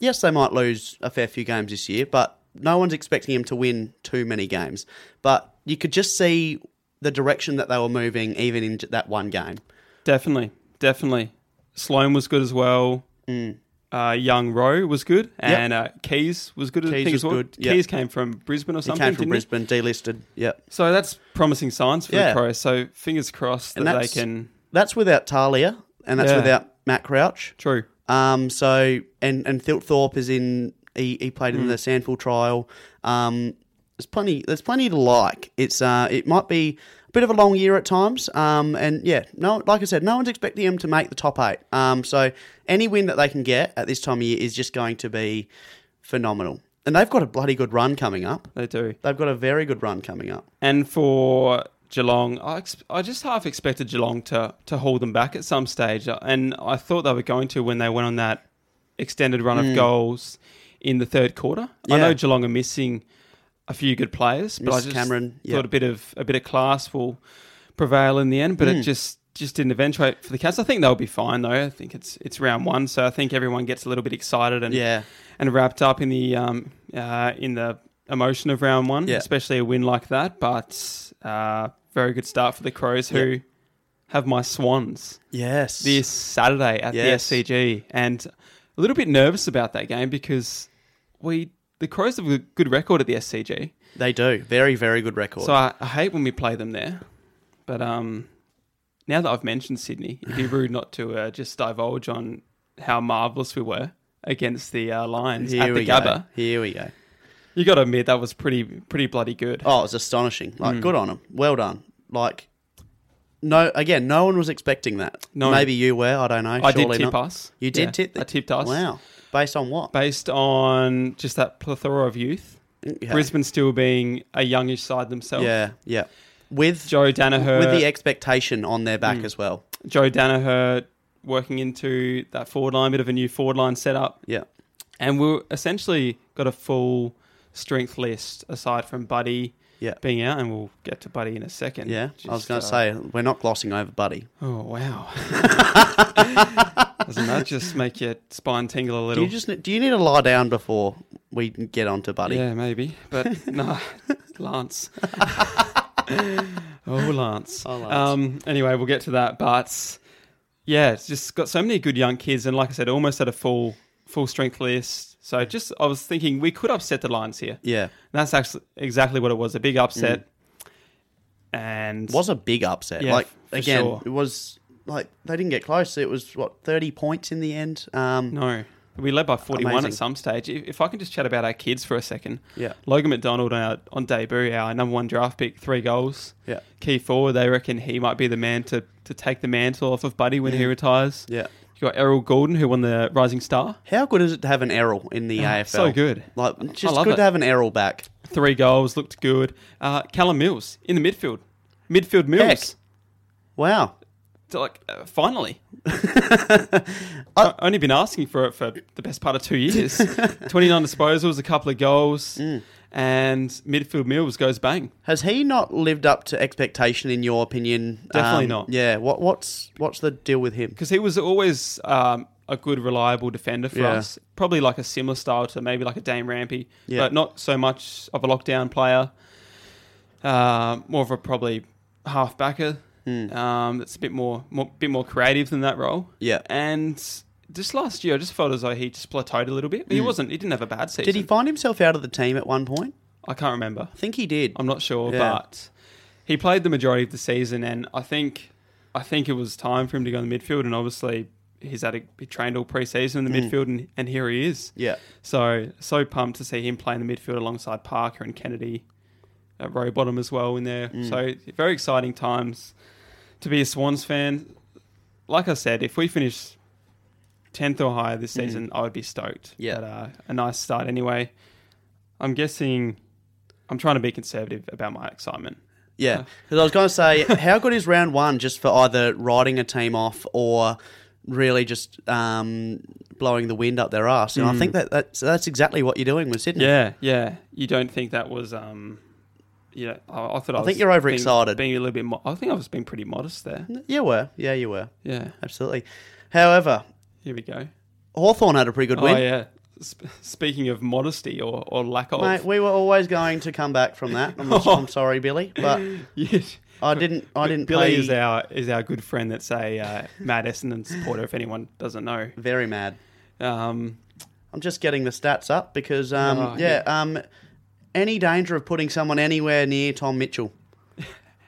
Speaker 1: yes, they might lose a fair few games this year, but no one's expecting them to win too many games. But you could just see the direction that they were moving, even in that one game.
Speaker 2: Definitely, definitely. Sloan was good as well.
Speaker 1: Mm.
Speaker 2: Uh, Young Rowe was good, and uh, Keys was good. I
Speaker 1: Keys was
Speaker 2: think as well.
Speaker 1: good, yeah.
Speaker 2: Keys came from Brisbane or
Speaker 1: He
Speaker 2: something.
Speaker 1: came from
Speaker 2: didn't
Speaker 1: Brisbane, delisted. Yep.
Speaker 2: So that's promising signs for
Speaker 1: Yeah.
Speaker 2: the Crows. So fingers crossed
Speaker 1: And
Speaker 2: that they
Speaker 1: that's-
Speaker 2: can.
Speaker 1: That's without Talia, and that's
Speaker 2: Yeah.
Speaker 1: without Matt Crouch.
Speaker 2: True.
Speaker 1: Um, so and and Thilt Thorpe is in. He, he played
Speaker 2: Hmm.
Speaker 1: in the Sandford trial. Um, there's plenty. There's plenty to like. It's uh, it might be a bit of a long year at times. Um, and yeah, no, like I said, no one's expecting him to make the top eight. Um, so any win that they can get at this time of year is just going to be phenomenal. And they've got a bloody good run coming up.
Speaker 2: They do.
Speaker 1: They've got a very good run coming up.
Speaker 2: And for Geelong, I, ex- I just half expected Geelong to, to haul them back at some stage. Uh, And I thought they were going to when they went on that extended run of goals in the third quarter. I
Speaker 1: Hmm. Yeah.
Speaker 2: know Geelong are missing a few good players, but I
Speaker 1: Miss
Speaker 2: just
Speaker 1: Cameron, yeah.
Speaker 2: thought a bit of a bit of class will prevail in the end.
Speaker 1: Hmm.
Speaker 2: But it just just didn't eventuate for the Cats. I think they'll be fine though. I think it's it's round one, so I think everyone gets a little bit excited and
Speaker 1: Yeah,
Speaker 2: and wrapped up in the um, uh, in the emotion of round one,
Speaker 1: Yeah.
Speaker 2: especially a win like that. But uh, very good start for the Crows, who have my Swans
Speaker 1: yes,
Speaker 2: this Saturday at
Speaker 1: Yes.
Speaker 2: the SCG, and a little bit nervous about that game because we the Crows have a good record at the SCG,
Speaker 1: they do. Very very good record.
Speaker 2: so I, I hate when we play them there. But um, now that I've mentioned Sydney, it'd be rude not to uh, just divulge on how marvellous we were against the uh, Lions
Speaker 1: Here
Speaker 2: at the
Speaker 1: we
Speaker 2: Gabba.
Speaker 1: go. Here we go.
Speaker 2: You got to admit that was pretty pretty bloody good.
Speaker 1: Oh, it was astonishing.
Speaker 2: Mm.
Speaker 1: Like, good on them. Well done. Like, no, again, no one was expecting that.
Speaker 2: No.
Speaker 1: Maybe you were. I don't know.
Speaker 2: I did
Speaker 1: Surely
Speaker 2: tip
Speaker 1: not.
Speaker 2: us.
Speaker 1: You did
Speaker 2: Yeah,
Speaker 1: tip.
Speaker 2: I tipped us.
Speaker 1: Wow. Based on what?
Speaker 2: Based on just that plethora of youth,
Speaker 1: Okay.
Speaker 2: Brisbane still being a youngish side themselves.
Speaker 1: Yeah, yeah. With
Speaker 2: Joe Danaher, Mm.
Speaker 1: with the expectation on their back as well.
Speaker 2: Joe Danaher working into that forward line, bit of a new forward line setup,
Speaker 1: Yeah,
Speaker 2: and we are essentially got a full strength list aside from Buddy
Speaker 1: yeah,
Speaker 2: being out, and we'll get to Buddy in a second.
Speaker 1: yeah. I was
Speaker 2: Just,
Speaker 1: going
Speaker 2: uh,
Speaker 1: to say we're not glossing over Buddy.
Speaker 2: oh wow, doesn't that just make your spine tingle a
Speaker 1: Do
Speaker 2: little?
Speaker 1: you just do you need to lie down before we get onto Buddy?
Speaker 2: Yeah, maybe, but no, Lance. oh, Lance.
Speaker 1: Oh, Lance.
Speaker 2: Um, anyway, we'll get to that, but yeah, it's just got so many good young kids, and like I said, almost at a full full strength list. So just, I was thinking we could upset the Lions here.
Speaker 1: yeah.
Speaker 2: And that's actually exactly what it was—a big upset. And
Speaker 1: was a big upset.
Speaker 2: Yeah,
Speaker 1: like
Speaker 2: f- for
Speaker 1: again,
Speaker 2: sure.
Speaker 1: it was like they didn't get close. It was what thirty points in the end. Um,
Speaker 2: no, we led by forty-one
Speaker 1: Amazing.
Speaker 2: at some stage. If, if I can just chat about our kids for a second,
Speaker 1: Yeah,
Speaker 2: Logan McDonald on, our, on debut, our number one draft pick, three goals.
Speaker 1: yeah,
Speaker 2: key forward, they reckon he might be the man to, to take the mantle off of Buddy when he retires.
Speaker 1: yeah.
Speaker 2: You got Errol Gordon, who won the Rising Star.
Speaker 1: How good is it to have an Errol in the AFL?
Speaker 2: Ah, So good.
Speaker 1: Like, it's just
Speaker 2: love
Speaker 1: good
Speaker 2: it.
Speaker 1: to have an Errol back.
Speaker 2: Three goals, looked good. Uh, Callum Mills in the midfield. Midfield Mills.
Speaker 1: Wow.
Speaker 2: So, Like, uh, finally. I, only been asking for it for the best part of two years. 29 disposals, a couple of goals, and midfield Mills goes bang.
Speaker 1: Has he not lived up to expectation in your opinion?
Speaker 2: Definitely
Speaker 1: Um,
Speaker 2: not.
Speaker 1: Yeah. What what's what's the deal with him?
Speaker 2: because he was always um, a good, reliable defender for
Speaker 1: Yeah.
Speaker 2: us. Probably like a similar style to maybe like a Dame Rampy,
Speaker 1: Yeah.
Speaker 2: but not so much of a lockdown player. Uh, more of a probably half backer.
Speaker 1: Hmm.
Speaker 2: Um, that's a bit more, more, bit more creative than that role.
Speaker 1: Yeah.
Speaker 2: And just last year, I just felt as though he just plateaued a little bit. He wasn't. He didn't have a bad season.
Speaker 1: Hmm. Did he find himself out of the team at one point?
Speaker 2: I can't remember.
Speaker 1: I think he did.
Speaker 2: I'm not sure,
Speaker 1: Yeah.
Speaker 2: but he played the majority of the season, and I think I think it was time for him to go in the midfield, and obviously he's had a, he trained all preseason in the midfield, and, and here he is.
Speaker 1: Yeah.
Speaker 2: So so pumped to see him play in the midfield alongside Parker and Kennedy, at Rowbottom as well in there.
Speaker 1: Mm.
Speaker 2: So very exciting times to be a Swans fan. Like I said, if we finish tenth or higher this season, I would be stoked.
Speaker 1: Mm. Yeah.
Speaker 2: But, uh, a nice start anyway. I'm guessing. I'm trying to be conservative about my excitement.
Speaker 1: Yeah, because I was going to say, how good is round one just for either riding a team off or really just um, blowing the wind up their ass? And I think that that's, that's exactly what you're doing with Sydney.
Speaker 2: Hmm. Yeah, yeah. You don't think that was, um, you know, I, I thought I,
Speaker 1: I
Speaker 2: was
Speaker 1: think you're overexcited.
Speaker 2: Being, being a little bit, mo- I think I was being pretty modest there.
Speaker 1: you were. Yeah, you were.
Speaker 2: Yeah.
Speaker 1: Absolutely. However,
Speaker 2: Here we go.
Speaker 1: Hawthorn had a pretty good
Speaker 2: Oh
Speaker 1: win.
Speaker 2: yeah. Sp- speaking of modesty or, or lack of,
Speaker 1: Mate, we were always going to come back from that. I'm, I'm sorry, Billy, but
Speaker 2: Yes.
Speaker 1: I didn't. I didn't play.
Speaker 2: Billy is our is our good friend that's a uh, Matt Essendon supporter. If anyone doesn't know,
Speaker 1: Very mad.
Speaker 2: um,
Speaker 1: I'm just getting the stats up because, um,
Speaker 2: Oh,
Speaker 1: yeah, um, any danger of putting someone anywhere near Tom Mitchell?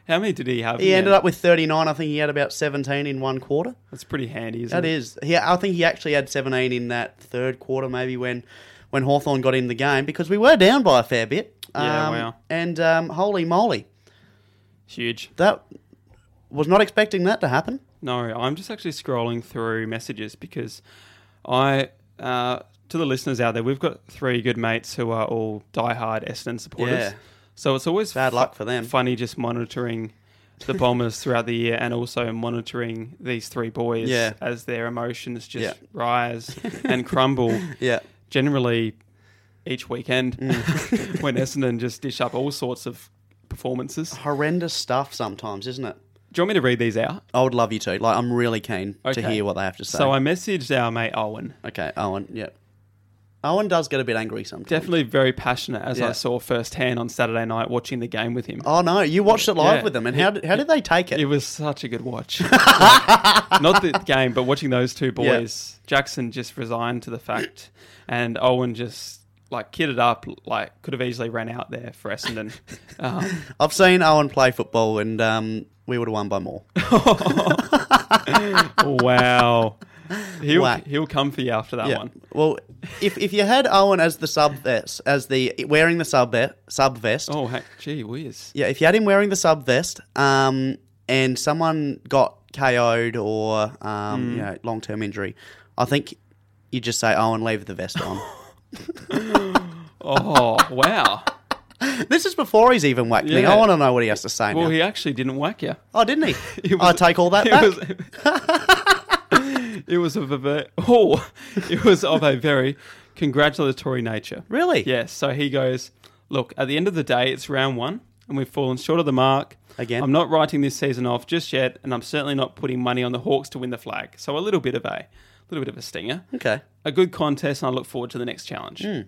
Speaker 2: how many did he have?
Speaker 1: He ended up with 39. I think he had about 17 in one quarter.
Speaker 2: That's pretty handy, isn't
Speaker 1: That
Speaker 2: it?
Speaker 1: is. He, I think he actually had 17 in that third quarter, maybe when when Hawthorn got in the game because we were down by a fair bit.
Speaker 2: Yeah,
Speaker 1: Um,
Speaker 2: wow.
Speaker 1: And um, holy moly,
Speaker 2: Huge.
Speaker 1: that was not expecting that to happen.
Speaker 2: No, I'm just actually scrolling through messages because I, uh, to the listeners out there, we've got three good mates who are all diehard Essendon supporters.
Speaker 1: Yeah.
Speaker 2: So it's always
Speaker 1: Bad luck for them.
Speaker 2: funny just monitoring the Bombers throughout the year and also monitoring these three boys
Speaker 1: Yeah.
Speaker 2: as their emotions just
Speaker 1: Yeah.
Speaker 2: rise and crumble.
Speaker 1: Yeah.
Speaker 2: Generally, each weekend
Speaker 1: Mm.
Speaker 2: when Essendon just dish up all sorts of performances.
Speaker 1: Horrendous stuff sometimes, isn't it?
Speaker 2: Do you want me to read these out?
Speaker 1: I would love you to. Like, I'm really keen to
Speaker 2: Okay.
Speaker 1: hear what they have to say.
Speaker 2: So I messaged our mate Owen.
Speaker 1: okay, Owen. Yeah. Owen does get a bit angry sometimes.
Speaker 2: Definitely very passionate, as
Speaker 1: Yeah.
Speaker 2: I saw firsthand on Saturday night watching the game with him.
Speaker 1: Oh no, you watched it live
Speaker 2: Yeah.
Speaker 1: with them, and how did, how did they take it?
Speaker 2: It was such a good watch. Like, not the game, but watching those two boys. Jackson just resigned to the fact, and Owen just like kitted up, like could have easily ran out there for Essendon. Um,
Speaker 1: I've seen Owen play football, and um, we would have won by more.
Speaker 2: wow, he'll
Speaker 1: Whack.
Speaker 2: he'll come for you after that
Speaker 1: Yeah.
Speaker 2: one.
Speaker 1: Well, if if you had Owen as the sub vest, as the wearing the sub ve- sub vest,
Speaker 2: Oh, hey, gee whiz.
Speaker 1: yeah, if you had him wearing the sub vest, um, and someone got KO'd or um,
Speaker 2: Hmm.
Speaker 1: you know, long term injury, I think you just say Owen, leave the vest on.
Speaker 2: Oh, wow.
Speaker 1: this is before he's even whacked me.
Speaker 2: Yeah.
Speaker 1: I want to know what he has to say
Speaker 2: Well,
Speaker 1: now.
Speaker 2: he actually didn't whack you.
Speaker 1: oh, didn't he?
Speaker 2: It was-
Speaker 1: I take all that
Speaker 2: it
Speaker 1: back.
Speaker 2: Was, it was of a ver- oh, it was of a very congratulatory nature.
Speaker 1: Really?
Speaker 2: Yes. So he goes, look, at the end of the day, it's round one, and we've fallen short of the mark.
Speaker 1: Again.
Speaker 2: I'm not writing this season off just yet, and I'm certainly not putting money on the Hawks to win the flag. So a little bit of a, little bit of a stinger.
Speaker 1: Okay.
Speaker 2: A good contest, and I look forward to the next challenge.
Speaker 1: Hmm.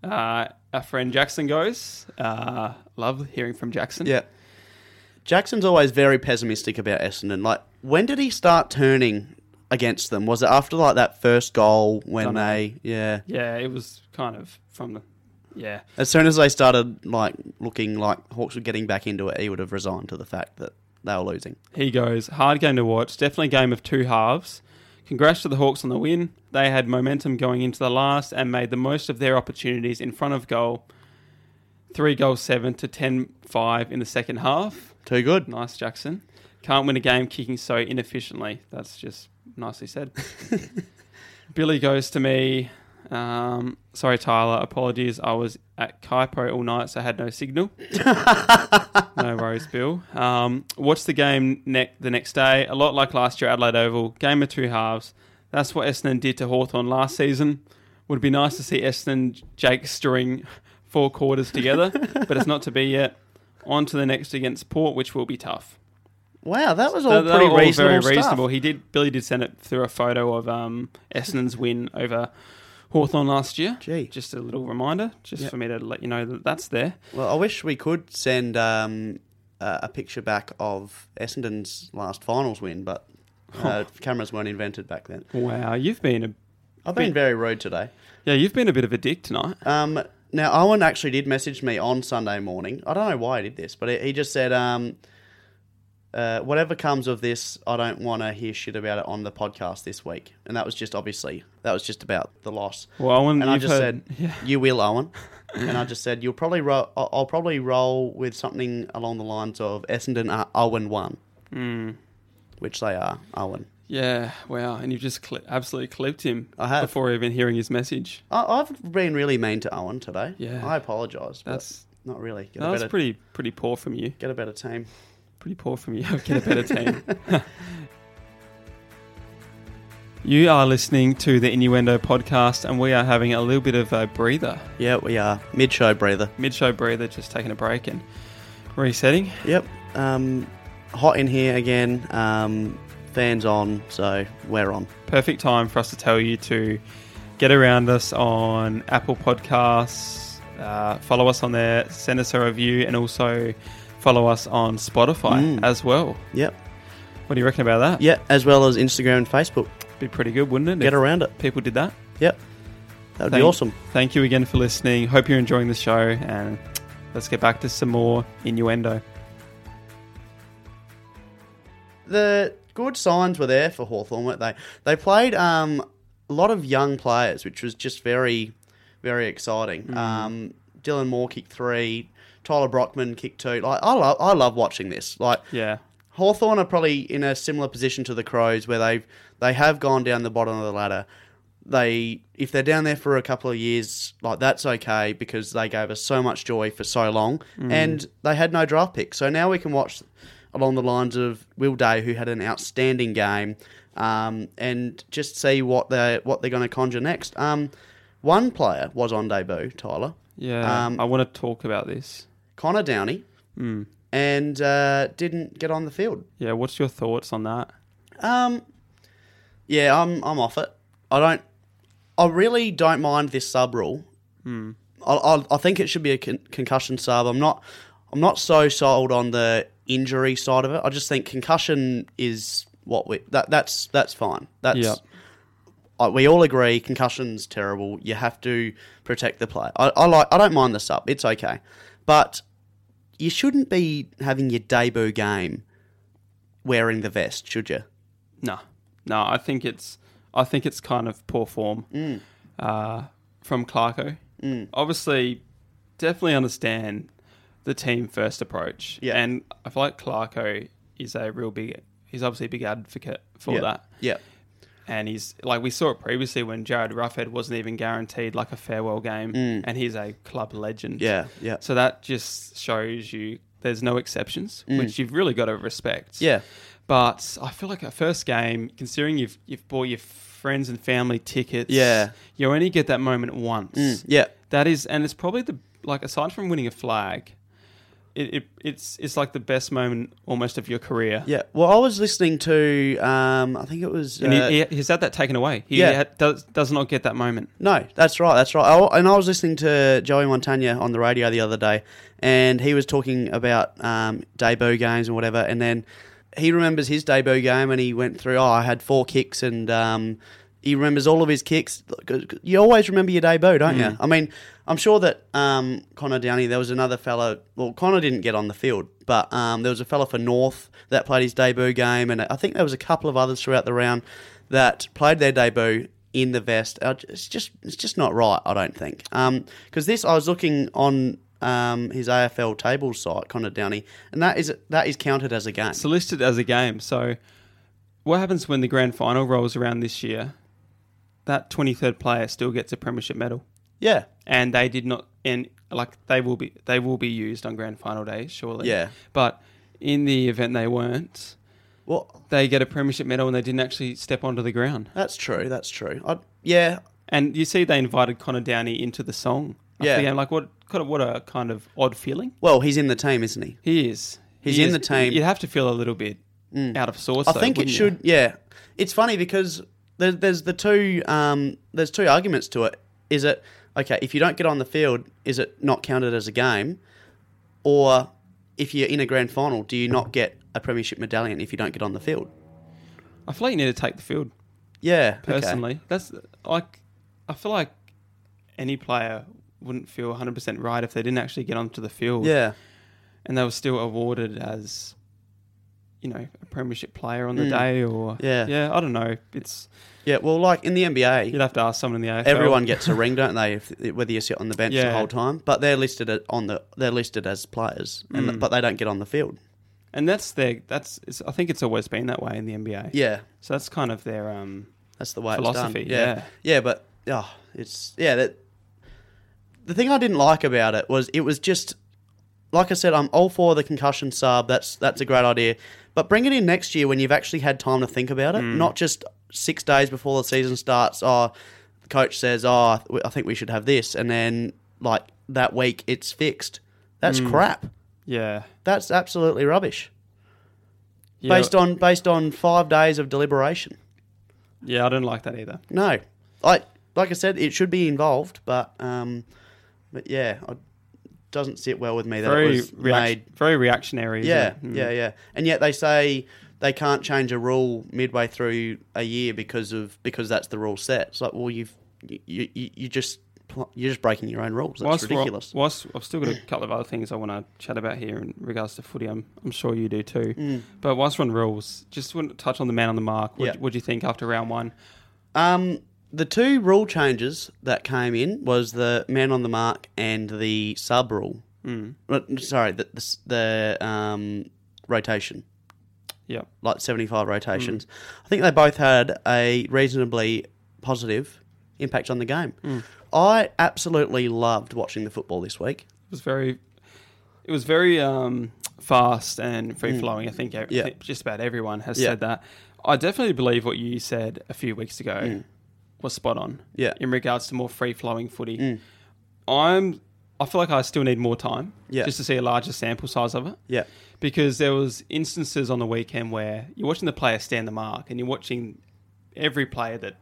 Speaker 2: Uh, our friend Jackson goes. Uh, love hearing from Jackson.
Speaker 1: Yeah. Jackson's always very pessimistic about Essendon. Like, when did he start turning against them? Was it after like that first goal when
Speaker 2: Dunno.
Speaker 1: they, yeah,
Speaker 2: Yeah, it was kind of from the. Yeah.
Speaker 1: as soon as they started like looking like Hawks were getting back into it, he would have resigned to the fact that they were losing.
Speaker 2: He goes, hard game to watch, definitely a game of two halves. Congrats to the Hawks on the win. They had momentum going into the last and made the most of their opportunities in front of goal. Three goals, seven to 10 5 in the second half.
Speaker 1: Too good.
Speaker 2: Nice, Jackson. Can't win a game kicking so inefficiently. That's just nicely said. Billy goes to me. Um, sorry, Tyler. Apologies. I was at Kaipo all night, so I had no signal. no worries, Bill. Um, watch the game ne- the next day. A lot like last year, Adelaide Oval. Game of two halves. That's what Essendon did to Hawthorn last season. Would be nice to see Essendon Jake string four quarters together, but it's not to be yet. On to the next against Port, which will be tough.
Speaker 1: Wow, that was all
Speaker 2: They- they
Speaker 1: pretty
Speaker 2: were all
Speaker 1: reasonable stuff.
Speaker 2: He did Billy did send it through a photo of um, Essendon's win over Hawthorn last year.
Speaker 1: Gee.
Speaker 2: Just a little reminder, just
Speaker 1: Yep.
Speaker 2: for me to let you know that that's there.
Speaker 1: Well, I wish we could send um, uh, a picture back of Essendon's last finals win, but uh, cameras weren't invented back then.
Speaker 2: Wow, you've been a
Speaker 1: I've been very rude today.
Speaker 2: yeah, you've been a bit of a dick tonight.
Speaker 1: Um, now, Owen actually did message me on Sunday morning. I don't know why he did this, but he- he just said, um, uh, whatever comes of this, I don't want to hear shit about it on the podcast this week. And that was just obviously that was just about the loss.
Speaker 2: Well, Owen,
Speaker 1: and I
Speaker 2: you've
Speaker 1: just
Speaker 2: heard-
Speaker 1: said
Speaker 2: yeah.
Speaker 1: you will, Owen. and I just said you'll probably roll. I'll I'll probably roll with something along the lines of Essendon are Owen one, which they are Owen.
Speaker 2: Hmm. Yeah, wow. And you've just cl- absolutely clipped him
Speaker 1: I have.
Speaker 2: before even hearing his message.
Speaker 1: I, I've been really mean to Owen today.
Speaker 2: Yeah.
Speaker 1: I apologise. but
Speaker 2: That's
Speaker 1: not really. Get
Speaker 2: no,
Speaker 1: a
Speaker 2: that's
Speaker 1: better,
Speaker 2: pretty pretty poor from you.
Speaker 1: Get a better team.
Speaker 2: Pretty poor from you. Get a better team. you are listening to the Innuendo podcast, and we are having a little bit of a breather,
Speaker 1: Yeah, we are mid-show breather.
Speaker 2: mid-show breather, just taking a break and resetting.
Speaker 1: Yep. Um, hot in here again. Um, fans on, so we're on.
Speaker 2: perfect time for us to tell you to get around us on Apple Podcasts, uh, follow us on there, send us a review, and also follow us on Spotify
Speaker 1: Mm.
Speaker 2: as well.
Speaker 1: Yep.
Speaker 2: What do you reckon about that?
Speaker 1: Yeah, as well as Instagram and Facebook.
Speaker 2: Be pretty good, wouldn't it?
Speaker 1: Get
Speaker 2: if
Speaker 1: around it.
Speaker 2: people did that.
Speaker 1: Yep. That would be
Speaker 2: Thank-
Speaker 1: awesome.
Speaker 2: Thank you again for listening. Hope you're enjoying the show, and let's get back to some more innuendo.
Speaker 1: The good signs were there for Hawthorn, weren't they? They played um, a lot of young players, which was just very, very exciting.
Speaker 2: Mm.
Speaker 1: Um, Dylan Moore kicked three. Tyler Brockman kicked two. Like I love, I love watching this. Like
Speaker 2: Yeah,
Speaker 1: Hawthorn are probably in a similar position to the Crows where they've they have gone down the bottom of the ladder. They if they're down there for a couple of years, like that's okay because they gave us so much joy for so long and they had no draft pick. So now we can watch along the lines of Will Day who had an outstanding game um, and just see what they what they're going to conjure next. Um, one player was on debut, Tyler.
Speaker 2: yeah.
Speaker 1: Um,
Speaker 2: I want to talk about this.
Speaker 1: Connor Downey. And uh, didn't get on the field.
Speaker 2: Yeah, what's your thoughts on that?
Speaker 1: Um, yeah, I'm I'm off it. I don't. I really don't mind this sub rule. I, I I think it should be a con- concussion sub. I'm not I'm not so sold on the injury side of it. I just think concussion is what we that that's that's fine. That's
Speaker 2: Yeah.
Speaker 1: I, we all agree concussion's terrible. You have to protect the player. I, I like. I don't mind the sub. It's okay, but you shouldn't be having your debut game wearing the vest, should you?
Speaker 2: No, no. I think it's I think it's kind of poor form
Speaker 1: Mm.
Speaker 2: uh, from Clarko. Obviously, definitely understand the team first approach.
Speaker 1: Yeah.
Speaker 2: and I feel like Clarko is a real big. He's obviously a big advocate for
Speaker 1: yeah.
Speaker 2: that,
Speaker 1: Yeah.
Speaker 2: and he's like we saw it previously when Jared Ruffhead wasn't even guaranteed like a farewell game, and he's a club legend.
Speaker 1: Mm. Yeah. Yeah.
Speaker 2: So that just shows you there's no exceptions, which you've really got to respect.
Speaker 1: Mm. Yeah.
Speaker 2: But I feel like a first game, considering you've you've bought your friends and family tickets,
Speaker 1: Yeah.
Speaker 2: you only get that moment once.
Speaker 1: Mm, yeah.
Speaker 2: That is, and it's probably the like aside from winning a flag, it, it it's it's like the best moment almost of your career.
Speaker 1: Yeah. Well, I was listening to, um, I think it was.
Speaker 2: And
Speaker 1: uh,
Speaker 2: he, he- he's had that taken away. He
Speaker 1: Yeah.
Speaker 2: ha- does does not get that moment.
Speaker 1: No, that's right. That's right. I, and I was listening to Joey Montagna on the radio the other day, and he was talking about um, debut games and whatever. And then he remembers his debut game, and he went through. Oh, I had four kicks, and um, he remembers all of his kicks. You always remember your debut, don't you? I mean, I'm sure that um, Connor Downey. There was another fellow. Well, Connor didn't get on the field, but um, there was a fellow for North that played his debut game, and I think there was a couple of others throughout the round that played their debut in the vest. Uh, It's just it's just not right. I don't think because this I was looking on um, his AFL table site, Connor Downey, and that is that is counted as a game.
Speaker 2: It's listed as a game. So, what happens when the grand final rolls around this year? That twenty third player still gets a premiership medal.
Speaker 1: yeah,
Speaker 2: and they did not and like they will be they will be used on grand final day surely
Speaker 1: Yeah.
Speaker 2: but in the event they weren't
Speaker 1: well
Speaker 2: they get a premiership medal and they didn't actually step onto the ground
Speaker 1: that's true. That's true. I, yeah,
Speaker 2: and you see they invited connor downey into the song after
Speaker 1: Yeah.
Speaker 2: the game. like what kind of what a kind of odd feeling
Speaker 1: well he's in the team, isn't he?
Speaker 2: he is
Speaker 1: He's
Speaker 2: He
Speaker 1: in
Speaker 2: is-
Speaker 1: the team. Mm.
Speaker 2: you'd have to feel a little bit out of sorts
Speaker 1: I
Speaker 2: though,
Speaker 1: think it
Speaker 2: wouldn't you?
Speaker 1: should. Yeah, it's funny because there, there's the two um, there's two arguments to it. Is it okay if you don't get on the field? Is it not counted as a game, or if you're in a grand final, do you not get a premiership medallion if you don't get on the field?
Speaker 2: i feel like you need to take the field
Speaker 1: Yeah, okay.
Speaker 2: personally that's like i feel like any player wouldn't feel 100% right if they didn't actually get onto the field
Speaker 1: Yeah,
Speaker 2: and they were still awarded as you know, a premiership player on the day or
Speaker 1: Mm. Yeah.
Speaker 2: yeah, I don't know. It's
Speaker 1: Yeah, well, like in the NBA,
Speaker 2: you'd have to ask someone in the AFL.
Speaker 1: everyone gets a ring, don't they? If, whether you sit on the bench the
Speaker 2: Yeah.
Speaker 1: whole time, but they're listed at- on the they're listed as players, and
Speaker 2: Hmm.
Speaker 1: but they don't get on the field.
Speaker 2: and that's their that's it's, I think it's always been that way in the NBA.
Speaker 1: Yeah,
Speaker 2: So that's kind of their um
Speaker 1: that's the way
Speaker 2: Philosophy,
Speaker 1: it's done. yeah,
Speaker 2: yeah.
Speaker 1: Yeah, but oh, it's yeah. That, the thing I didn't like about it was it was just like I said, I'm all for the concussion sub. That's that's a great idea, but bring it in next year when you've actually had time to think about it, not just six days before the season starts. Oh, the coach says, oh, I think we should have this, and then like that week it's fixed. That's crap.
Speaker 2: yeah.
Speaker 1: That's absolutely rubbish.
Speaker 2: Yeah,
Speaker 1: Based on based on five days of deliberation.
Speaker 2: yeah, I don't like that either.
Speaker 1: No, like like I said, it should be involved, but um, but yeah, it doesn't sit well with me that it
Speaker 2: Very
Speaker 1: was
Speaker 2: reaction,
Speaker 1: made.
Speaker 2: very reactionary. isn't
Speaker 1: Yeah,
Speaker 2: it? Hmm. Mm.
Speaker 1: yeah, yeah, and yet they say they can't change a rule midway through a year because of because that's the rule set. It's like, well, you've you you, you just pl- you're just breaking your own rules. That's
Speaker 2: we're-
Speaker 1: ridiculous.
Speaker 2: whilst I've still got a couple of other things I want to chat about here in regards to footy, I'm, I'm sure you do too. But whilst we're on rules, just want to touch on the man on the mark. What
Speaker 1: Mm. Yeah.
Speaker 2: would you think after round one?
Speaker 1: Um, the two rule changes that came in was the man on the mark and the sub rule.
Speaker 2: Hmm.
Speaker 1: Mm. Sorry, the the, s- the um, rotation.
Speaker 2: Yeah,
Speaker 1: like 75 rotations. I think they both had a reasonably positive impact on the game. I absolutely loved watching the football this week.
Speaker 2: it was very, it was very um, fast and free flowing. I think ev-
Speaker 1: Mm. Yeah.
Speaker 2: I think just about everyone has
Speaker 1: Yeah.
Speaker 2: said that. I definitely believe what you said a few weeks ago
Speaker 1: Mm.
Speaker 2: was spot on.
Speaker 1: Yeah.
Speaker 2: in regards to more free flowing footy,
Speaker 1: Mm.
Speaker 2: I'm. I feel like I still need more time
Speaker 1: Yeah.
Speaker 2: just to see a larger sample size of it.
Speaker 1: Yeah.
Speaker 2: because there was instances on the weekend where you're watching the player stand the mark and you're watching every player that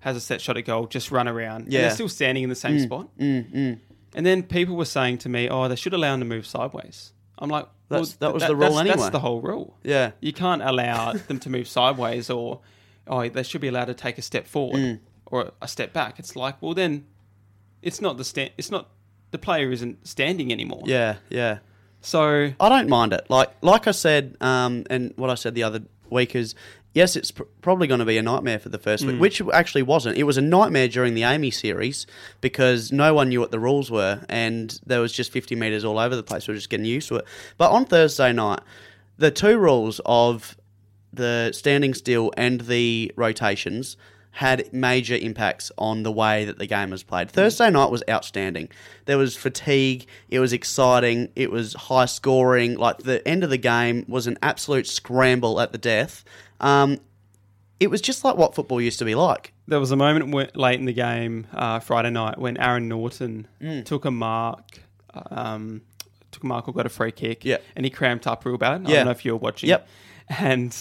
Speaker 2: has a set shot at goal just run around. And
Speaker 1: Yeah.
Speaker 2: they're still standing in the same spot.
Speaker 1: Mm, mm.
Speaker 2: And then people were saying to me, "Oh, they should allow them to move sideways." I'm like, well,
Speaker 1: That's- that was the
Speaker 2: that's-
Speaker 1: rule anyway.
Speaker 2: That's the whole rule.
Speaker 1: Yeah.
Speaker 2: You can't allow them to move sideways, or oh, they should be allowed to take a step forward
Speaker 1: Mm.
Speaker 2: or a step back. It's like, well, then it's not the stand. It's not the player isn't standing anymore.
Speaker 1: Yeah. Yeah.
Speaker 2: So
Speaker 1: I don't mind it. Like like I said, um, and what I said the other week is, yes, it's pr- probably going to be a nightmare for the first week, which it actually wasn't. It was a nightmare during the Amy series because no one knew what the rules were, and there was just fifty meters all over the place. We were just getting used to it. But on Thursday night, the two rules of the standing still and the rotations had major impacts on the way that the game was played. Thursday night was outstanding. There was fatigue, it was exciting, it was high scoring. Like the end of the game was an absolute scramble at the death. Um, it was just like what football used to be like.
Speaker 2: There was a moment where, late in the game uh, Friday night when Aaron Norton
Speaker 1: Mm.
Speaker 2: took a mark, um, took a mark or got a free kick,
Speaker 1: Yeah.
Speaker 2: and he cramped up real bad. I
Speaker 1: Yeah.
Speaker 2: don't know if you were watching.
Speaker 1: Yep.
Speaker 2: and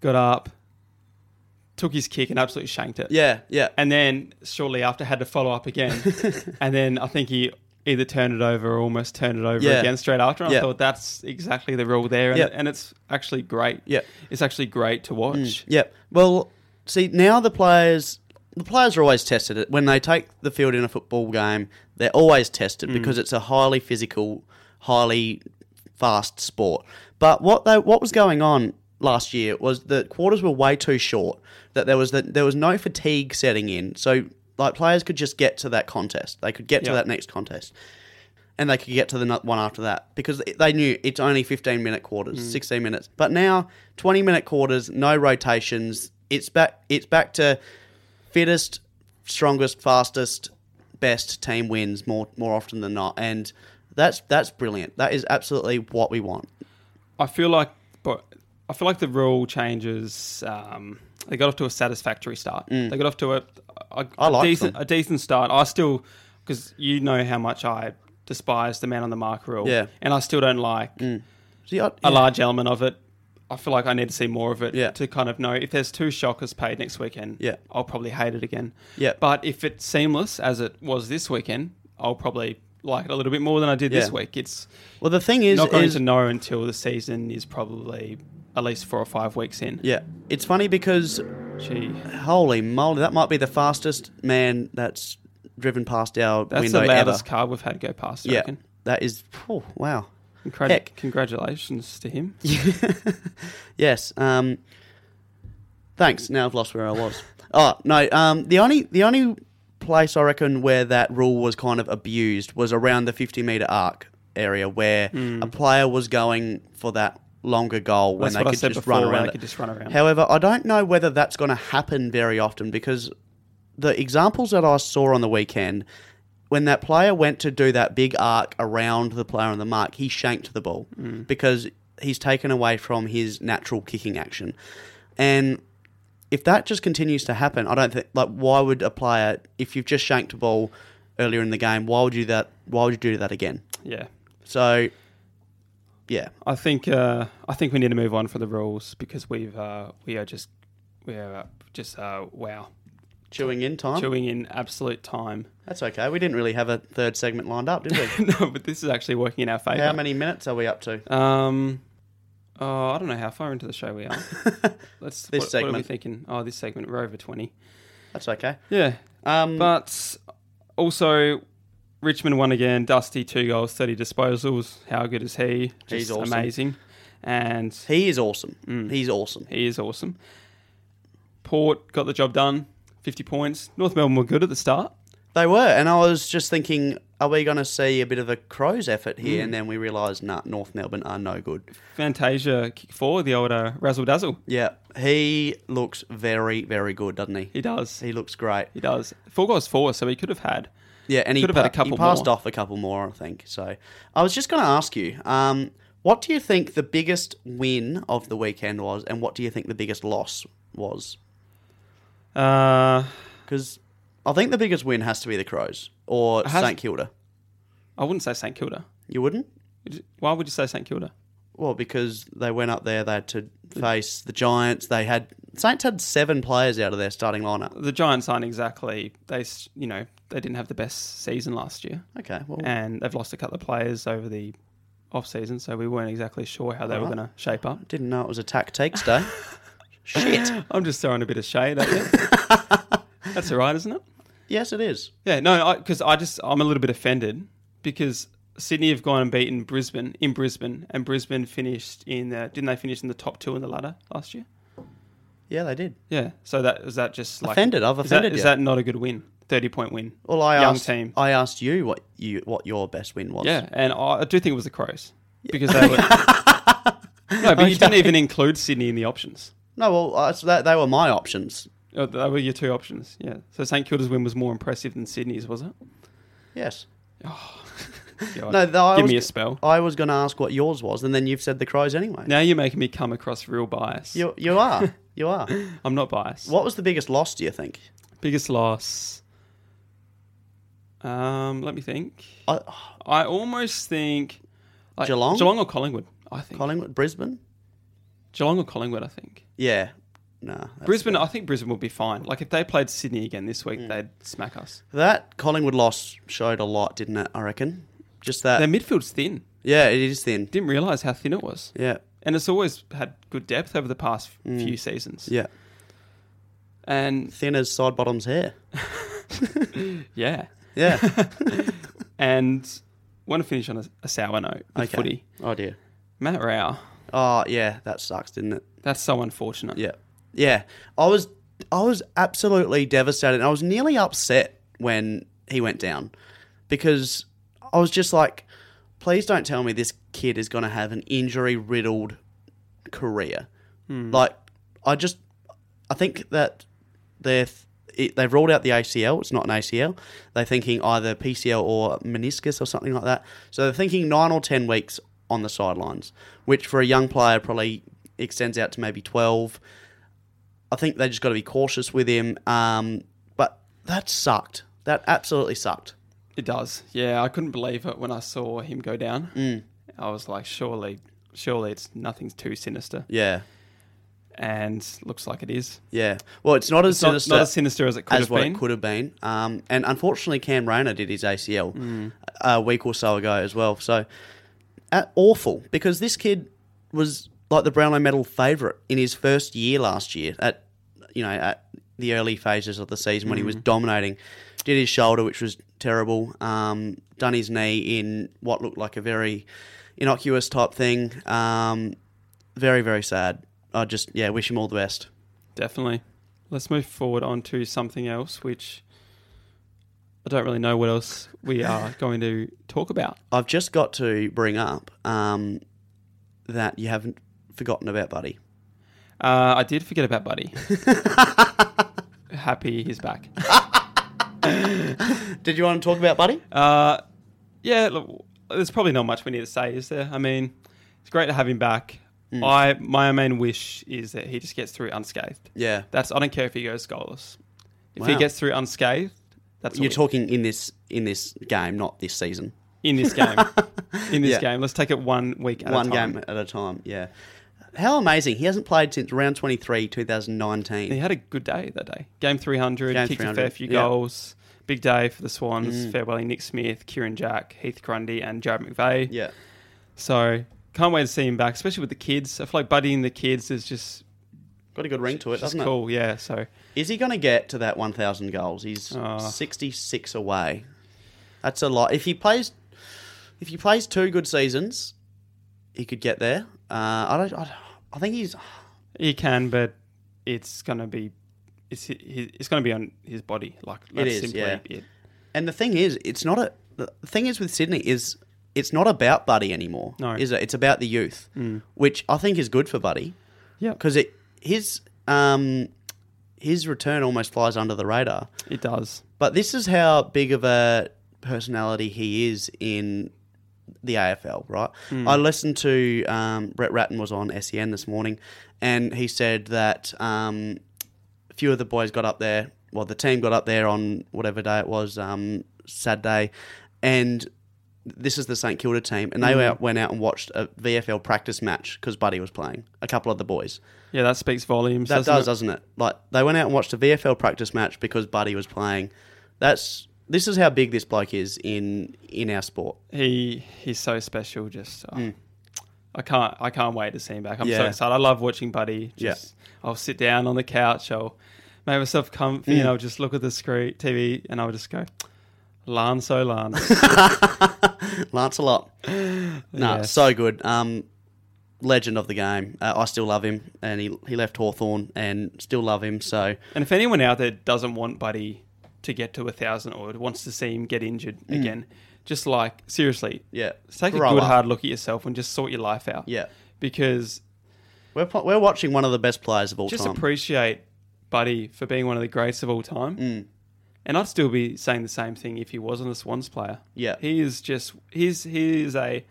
Speaker 2: got up, took his kick and absolutely shanked it.
Speaker 1: Yeah, yeah.
Speaker 2: and then shortly after had to follow up again, and then I think he either turned it over or almost turned it over
Speaker 1: Yeah.
Speaker 2: again straight after. And
Speaker 1: Yeah.
Speaker 2: I thought that's exactly the rule there, and,
Speaker 1: Yeah.
Speaker 2: and it's actually great.
Speaker 1: Yeah.
Speaker 2: it's actually great to watch.
Speaker 1: Yep. Well, see now the players the players are always tested when they take the field in a football game. They're always tested because it's a highly physical, highly fast sport. But what they, what was going on last year was the quarters were way too short. That there was that there was no fatigue setting in, so like players could just get to that contest. They could get to
Speaker 2: Yeah.
Speaker 1: that next contest and they could get to the no- one after that because they knew it's only 15 minute quarters,
Speaker 2: Mm.
Speaker 1: 16 minutes. But now 20 minute quarters, no rotations. It's back it's back to fittest, strongest, fastest, best team wins more more often than not and that's that's brilliant. That is absolutely what we want.
Speaker 2: I feel like, but I feel like the rule changes. Um, they got off to a satisfactory start. They got off to a, a,
Speaker 1: Mm. I
Speaker 2: a
Speaker 1: liked
Speaker 2: decent,
Speaker 1: them.
Speaker 2: a decent start. I still, because you know how much I despise the man on the mark rule.
Speaker 1: Yeah. Mm.
Speaker 2: and I still don't like
Speaker 1: See, I,
Speaker 2: a large element of it. I feel like I need to see more of it
Speaker 1: Yeah.
Speaker 2: to kind of know if there's two shockers paid next weekend.
Speaker 1: Yeah.
Speaker 2: I'll probably hate it again.
Speaker 1: Yeah.
Speaker 2: but if it's seamless as it was this weekend, I'll probably like it a little bit more than I did this
Speaker 1: Yeah.
Speaker 2: week. It's
Speaker 1: well the thing is
Speaker 2: not going
Speaker 1: is
Speaker 2: to know until the season is probably at least four or five weeks in.
Speaker 1: yeah, it's funny because
Speaker 2: Gee,
Speaker 1: holy moly, that might be the fastest man that's driven past our
Speaker 2: that's
Speaker 1: window
Speaker 2: the
Speaker 1: ever.
Speaker 2: loudest car we've had go past. I
Speaker 1: yeah,
Speaker 2: reckon.
Speaker 1: that is oh, wow.
Speaker 2: Congra-
Speaker 1: Heck.
Speaker 2: Congratulations to him.
Speaker 1: yes. Um, thanks. Now I've lost where I was. Oh no. Um, the only the only place I reckon where that rule was kind of abused was around the fifty meter arc area where a player was going for that longer goal when
Speaker 2: Hmm. That's
Speaker 1: they
Speaker 2: what I
Speaker 1: could
Speaker 2: said
Speaker 1: just
Speaker 2: before.
Speaker 1: run
Speaker 2: where
Speaker 1: around.
Speaker 2: they
Speaker 1: it.
Speaker 2: could just run around.
Speaker 1: However, I don't know whether that's going to happen very often because the examples that I saw on the weekend, when that player went to do that big arc around the player on the mark, he shanked the ball because he's taken away from his natural kicking action. And if that just continues to happen, I don't think like why would a player if you've just shanked a ball earlier in the game, why would you that why would you do that again?
Speaker 2: yeah.
Speaker 1: So yeah.
Speaker 2: I think uh, I think we need to move on from the rules because we've uh, we are just we are uh, just uh, wow
Speaker 1: Chewing in time.
Speaker 2: chewing in absolute time.
Speaker 1: That's okay. We didn't really have a third segment lined up, did we?
Speaker 2: no, but this is actually working in our favor.
Speaker 1: How many minutes are we up to?
Speaker 2: Um, oh, I don't know how far into the show we are. Let's
Speaker 1: This
Speaker 2: what, What are we
Speaker 1: segment.
Speaker 2: thinking? Oh, this segment we're over twenty.
Speaker 1: That's okay.
Speaker 2: Yeah,
Speaker 1: Um,
Speaker 2: but also Richmond won again. Dusty two goals, thirty disposals. How good is he? Just
Speaker 1: He's awesome.
Speaker 2: amazing, and mm,
Speaker 1: he is awesome. He's awesome.
Speaker 2: he is awesome. Port got the job done. Fifty points. North Melbourne were good at the start.
Speaker 1: They were, and I was just thinking, are we going to see a bit of a crow's effort here?
Speaker 2: Hmm.
Speaker 1: And then we realised, nah, North Melbourne are no good.
Speaker 2: Fantasia kicked forward the older razzle dazzle.
Speaker 1: Yeah, he looks very, very good, doesn't he?
Speaker 2: He does.
Speaker 1: He looks great.
Speaker 2: He does. Four goals four, so he could have had.
Speaker 1: Yeah, and he,
Speaker 2: Could have had a
Speaker 1: pa- he
Speaker 2: couple
Speaker 1: passed
Speaker 2: more.
Speaker 1: off a couple more, I think. So I was just going to ask you, um, what do you think the biggest win of the weekend was, and what do you think the biggest loss was?
Speaker 2: Uh,
Speaker 1: Because I think the biggest win has to be the Crows or
Speaker 2: has-
Speaker 1: St Kilda.
Speaker 2: I wouldn't say St Kilda.
Speaker 1: You wouldn't?
Speaker 2: Why would you say St Kilda?
Speaker 1: Well, because they went up there, they had to face the Giants. They had Saints had seven players out of their starting lineup.
Speaker 2: The Giants aren't exactly they s- you know they didn't have the best season last year,
Speaker 1: Okay, well,
Speaker 2: and they've lost a couple of players over the off season, so we weren't exactly sure how they were
Speaker 1: Alright.
Speaker 2: going to shape up.
Speaker 1: didn't know it was a tactics day. Shit.
Speaker 2: I'm just throwing a bit of shade at you. That's all right, isn't it?
Speaker 1: Yes, it is.
Speaker 2: Yeah, no, because I, just I'm a little bit offended because Sydney have gone and beaten Brisbane in Brisbane, and Brisbane finished in the, didn't they finish in the top two in the ladder last year?
Speaker 1: Yeah, they did.
Speaker 2: Yeah, so that is that just like
Speaker 1: Offended, I've
Speaker 2: is that-
Speaker 1: offended
Speaker 2: Is
Speaker 1: you.
Speaker 2: that not a good win? Thirty point win.
Speaker 1: Well, I
Speaker 2: Young
Speaker 1: asked.
Speaker 2: team.
Speaker 1: I asked you what you what your best win was.
Speaker 2: Yeah, and I, I do think it was the Crows because they were. no, but you didn't even include Sydney in the options.
Speaker 1: No, well, uh, so that, they were my options.
Speaker 2: Uh, They were your two options. Yeah. So St Kilda's win was more impressive than Sydney's, was it?
Speaker 1: Yes.
Speaker 2: God,
Speaker 1: No, though I
Speaker 2: give
Speaker 1: was-
Speaker 2: me a spell.
Speaker 1: I was going to ask what yours was, and then you've said the Crows anyway.
Speaker 2: Now you're making me come across real biased.
Speaker 1: You you are you are.
Speaker 2: I'm not biased.
Speaker 1: What was the biggest loss? Do you think?
Speaker 2: Biggest loss. Um, let me think.
Speaker 1: I,
Speaker 2: I almost think like,
Speaker 1: Geelong?
Speaker 2: Geelong or Collingwood. I think
Speaker 1: Collingwood, Brisbane.
Speaker 2: Geelong or Collingwood. I think
Speaker 1: Yeah. Nah. that's- Mm.
Speaker 2: Brisbane. I think Brisbane will be fine. Like if they played Sydney again this week, they'd smack us.
Speaker 1: That Collingwood loss showed a lot, didn't it? I reckon. Just that.
Speaker 2: Their midfield's thin.
Speaker 1: yeah, it is thin.
Speaker 2: Didn't realise how thin it was,
Speaker 1: Yeah.
Speaker 2: and it's always had good depth over the past few seasons.
Speaker 1: Mm. Yeah.
Speaker 2: And
Speaker 1: Thin as side bottom's hair.
Speaker 2: yeah,
Speaker 1: Yeah.
Speaker 2: and want to finish on a, a sour note. With
Speaker 1: Okay.
Speaker 2: Footy.
Speaker 1: oh dear.
Speaker 2: Matt Rao.
Speaker 1: Oh yeah, that sucks, didn't it?
Speaker 2: That's so unfortunate.
Speaker 1: Yeah. Yeah. I was I was absolutely devastated. I was nearly upset when he went down because I was just like, please don't tell me this kid is going to have an injury riddled career. Like, I just I think that they're it, they've ruled out the ACL. It's not an ACL. They're thinking either PCL or meniscus or something like that. So they're thinking nine or ten weeks on the sidelines, which for a young player probably extends out to maybe twelve. I think they just got to be cautious with him. Um, but that sucked. That absolutely sucked.
Speaker 2: It does. Yeah, I couldn't believe it when I saw him go down. I was like, surely, surely it's nothing's too sinister,
Speaker 1: Yeah,
Speaker 2: and looks like it is.
Speaker 1: yeah. Well, it's not as
Speaker 2: It's not,
Speaker 1: sinister
Speaker 2: not as sinister as it could
Speaker 1: as
Speaker 2: have
Speaker 1: what
Speaker 2: been.
Speaker 1: it could have been. Um, and unfortunately, Cam Rayner did his ACL a week or so ago as well. So uh, awful because this kid was like the Brownlow Medal favourite in his first year last year at you know at the early phases of the season when he
Speaker 2: Mm.
Speaker 1: was dominating. Did his shoulder, which was terrible. Um, done his knee in what looked like a very innocuous type thing. Um, very, very sad. I just, yeah, wish him all the best.
Speaker 2: Definitely. Let's move forward on to something else, which I don't really know what else we are going to talk about.
Speaker 1: I've just got to bring up um, that you haven't forgotten about Buddy.
Speaker 2: Uh, I did forget about Buddy. Happy he's back.
Speaker 1: Did you want to talk about Buddy?
Speaker 2: Uh, yeah, look, there's probably not much we need to say, is there? I mean, it's great to have him back.
Speaker 1: Mm.
Speaker 2: I my main wish is that he just gets through unscathed.
Speaker 1: Yeah.
Speaker 2: That's I don't care if he goes goalless. If he
Speaker 1: Wow.
Speaker 2: gets through unscathed, that's all
Speaker 1: You're
Speaker 2: we-
Speaker 1: talking in this in this game, not this season.
Speaker 2: in this game. in this
Speaker 1: Yeah.
Speaker 2: game, let's take it one week at
Speaker 1: One
Speaker 2: a time.
Speaker 1: game at a time. Yeah. How amazing! He hasn't played since round 23, 2019.
Speaker 2: He had a good day that day. Game 300,
Speaker 1: Game
Speaker 2: kicked a
Speaker 1: 300,
Speaker 2: fair few
Speaker 1: yeah. Mm.
Speaker 2: goals. Big day for the Swans. Farewelling Nick Smith, Kieran Jack, Heath Grundy, and Jared McVeigh.
Speaker 1: Yeah.
Speaker 2: So can't wait to see him back, especially with the kids. I feel like buddying the kids is just,
Speaker 1: Got a good ring to it,
Speaker 2: just
Speaker 1: doesn't
Speaker 2: cool. Yeah. So
Speaker 1: it? Is he going to get to that 1,000 goals? He's
Speaker 2: Oh.
Speaker 1: 66 away. That's a lot. If he plays, if he plays two good seasons, he could get there. Uh, I don't. I, don't- I think he's.
Speaker 2: he can, but it's gonna be. It's, hi- hi- it's going to be on his body. Like that's
Speaker 1: is,
Speaker 2: simply
Speaker 1: yeah.
Speaker 2: it.
Speaker 1: And the thing is, it's not a. The thing is with Sydney is it's not about Buddy anymore.
Speaker 2: No.
Speaker 1: is it? It's about the youth, which I think is good for Buddy.
Speaker 2: Yeah.
Speaker 1: because it his um his return almost flies under the radar.
Speaker 2: It does.
Speaker 1: But this is how big of a personality he is in the AFL, right? I listened to um, Brett Ratton was on SEN this morning, and he said that um, a few of the boys got up there. Well, the team got up there on whatever day it was, um, Saturday, and this is the St Kilda team, and they went- went out and watched a VFL practice match because Buddy was playing. A couple of the boys.
Speaker 2: Yeah, that speaks volumes.
Speaker 1: That
Speaker 2: doesn't
Speaker 1: does,
Speaker 2: it?
Speaker 1: doesn't it? Like they went out and watched a VFL practice match because Buddy was playing. That's this is how big this bloke is in in our sport.
Speaker 2: He he's so special. Just oh, I can't I can't wait to see him back. I'm so
Speaker 1: Mm. Yeah.
Speaker 2: excited. I love watching Buddy. Just I'll sit down on the couch. I'll make myself
Speaker 1: Mm.
Speaker 2: comfy and I'll just look at the screen TV and I'll just go, Lance so Lance.
Speaker 1: Lancelot, no,
Speaker 2: Yes.
Speaker 1: so good. Um, legend of the game. Uh, I still love him, and he he left Hawthorn and still love him. So
Speaker 2: and if anyone out there doesn't want Buddy to get to a thousand or wants to see him get injured again, just like seriously,
Speaker 1: yeah,
Speaker 2: take
Speaker 1: Mm. grow
Speaker 2: a good
Speaker 1: up.
Speaker 2: hard look at yourself and just sort your life out.
Speaker 1: Yeah,
Speaker 2: because
Speaker 1: we're po- we're watching one of the best players of all
Speaker 2: just
Speaker 1: time.
Speaker 2: appreciate Buddy for being one of the greats of all time.
Speaker 1: Mm.
Speaker 2: And I'd still be saying the same thing if he wasn't a Swans player.
Speaker 1: Yeah.
Speaker 2: He is just he's he is a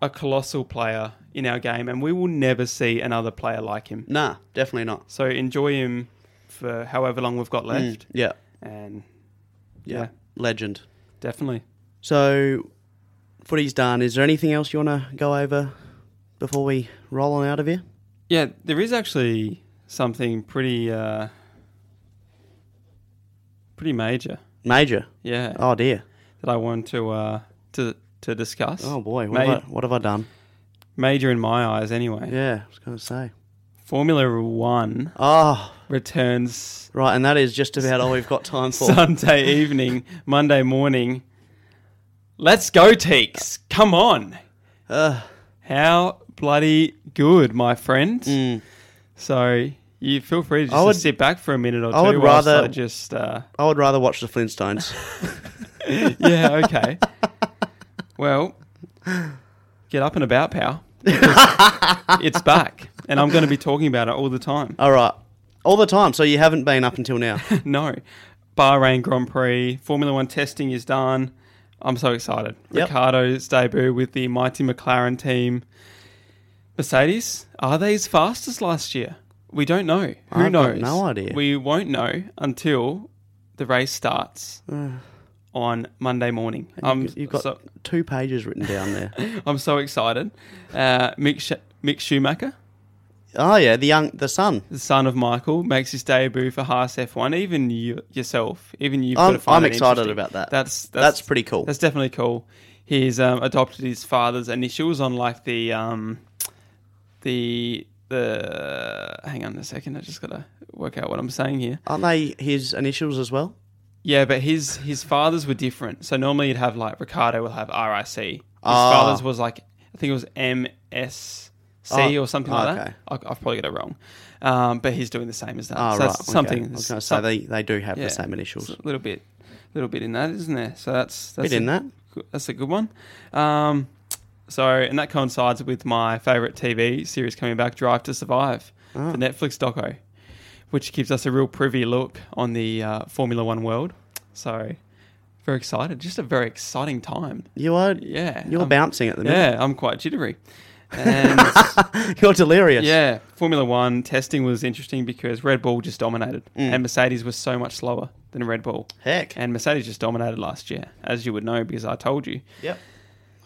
Speaker 2: a colossal player in our game and we will never see another player like him.
Speaker 1: nah, definitely not. Mm,
Speaker 2: So enjoy him for however long we've got left.
Speaker 1: Yeah,
Speaker 2: And
Speaker 1: yeah,
Speaker 2: yeah,
Speaker 1: legend.
Speaker 2: definitely.
Speaker 1: So, footy's done. Is there anything else you want to go over before we roll on out of here?
Speaker 2: Yeah, there is actually something pretty uh pretty major.
Speaker 1: Major.
Speaker 2: Yeah.
Speaker 1: Oh dear.
Speaker 2: that I want to uh, to to discuss.
Speaker 1: Oh boy. What,
Speaker 2: Ma-
Speaker 1: have, I, what have I done?
Speaker 2: major in my eyes, anyway.
Speaker 1: Yeah, I was going to say.
Speaker 2: Formula One
Speaker 1: Oh,
Speaker 2: returns
Speaker 1: right. And that is just about all we've got time for.
Speaker 2: Sunday evening, Monday morning. Let's go, Teeks! Come on!
Speaker 1: Ugh.
Speaker 2: How bloody good, my friend.
Speaker 1: Mm.
Speaker 2: So you feel free to just
Speaker 1: I would-
Speaker 2: sit back for a minute or
Speaker 1: I would
Speaker 2: two. whilst
Speaker 1: rather-
Speaker 2: I just uh,
Speaker 1: I would rather watch the Flintstones.
Speaker 2: yeah, okay. well, get up and about, pal. it's back, and I'm going to be talking about it all the time.
Speaker 1: all right. All the time. So you haven't been up until now.
Speaker 2: no, Bahrain Grand Prix Formula One testing is done. I'm so excited.
Speaker 1: Yep.
Speaker 2: Ricardo's debut with the mighty McLaren team. Mercedes are they as fast as last year? We don't know. Who
Speaker 1: I've got
Speaker 2: knows?
Speaker 1: no idea.
Speaker 2: We won't know until the race starts on Monday morning. Um,
Speaker 1: You've got
Speaker 2: so-
Speaker 1: two pages written down there.
Speaker 2: I'm so excited. Uh, Mick, Sch- Mick Schumacher,
Speaker 1: oh yeah, the young, the son.
Speaker 2: the son of Michael, makes his debut for Haas F1. Even you yourself, even you.
Speaker 1: I'm- I'm excited about that.
Speaker 2: That's that's
Speaker 1: That's pretty cool.
Speaker 2: that's definitely cool. He's um, adopted his father's initials on like the um, the the. Hang on a second, I just gotta work out what I'm saying here.
Speaker 1: Aren't they his initials as well?
Speaker 2: Yeah, but his his fathers were different. So normally you'd have like Ricardo will have RIC. His
Speaker 1: Ah.
Speaker 2: father's was like I think it was MSC
Speaker 1: Oh,
Speaker 2: or something like
Speaker 1: okay.
Speaker 2: that. I, I've probably got it wrong, um, but he's doing the same as that.
Speaker 1: Oh,
Speaker 2: so
Speaker 1: right.
Speaker 2: it's
Speaker 1: okay.
Speaker 2: something.
Speaker 1: I was going to say
Speaker 2: some-
Speaker 1: they, they do have
Speaker 2: yeah,
Speaker 1: the same initials.
Speaker 2: it's A little bit, little bit in that, isn't there? So that's that's
Speaker 1: Bit in
Speaker 2: a-
Speaker 1: that.
Speaker 2: That's a good one. Um, so and that coincides with my favorite TV series coming back, Drive to Survive,
Speaker 1: Oh.
Speaker 2: the Netflix doco, which gives us a real privy look on the uh, Formula One world. So very excited, just a very exciting time.
Speaker 1: You are
Speaker 2: Yeah,
Speaker 1: you're
Speaker 2: I'm-
Speaker 1: bouncing at the minute.
Speaker 2: Yeah, I'm quite jittery. And
Speaker 1: You're delirious.
Speaker 2: yeah, Formula One testing was interesting because Red Bull just dominated, and Mercedes was so much slower than Red Bull.
Speaker 1: Heck.
Speaker 2: And Mercedes just dominated last year, as you would know, because I told you.
Speaker 1: Yep.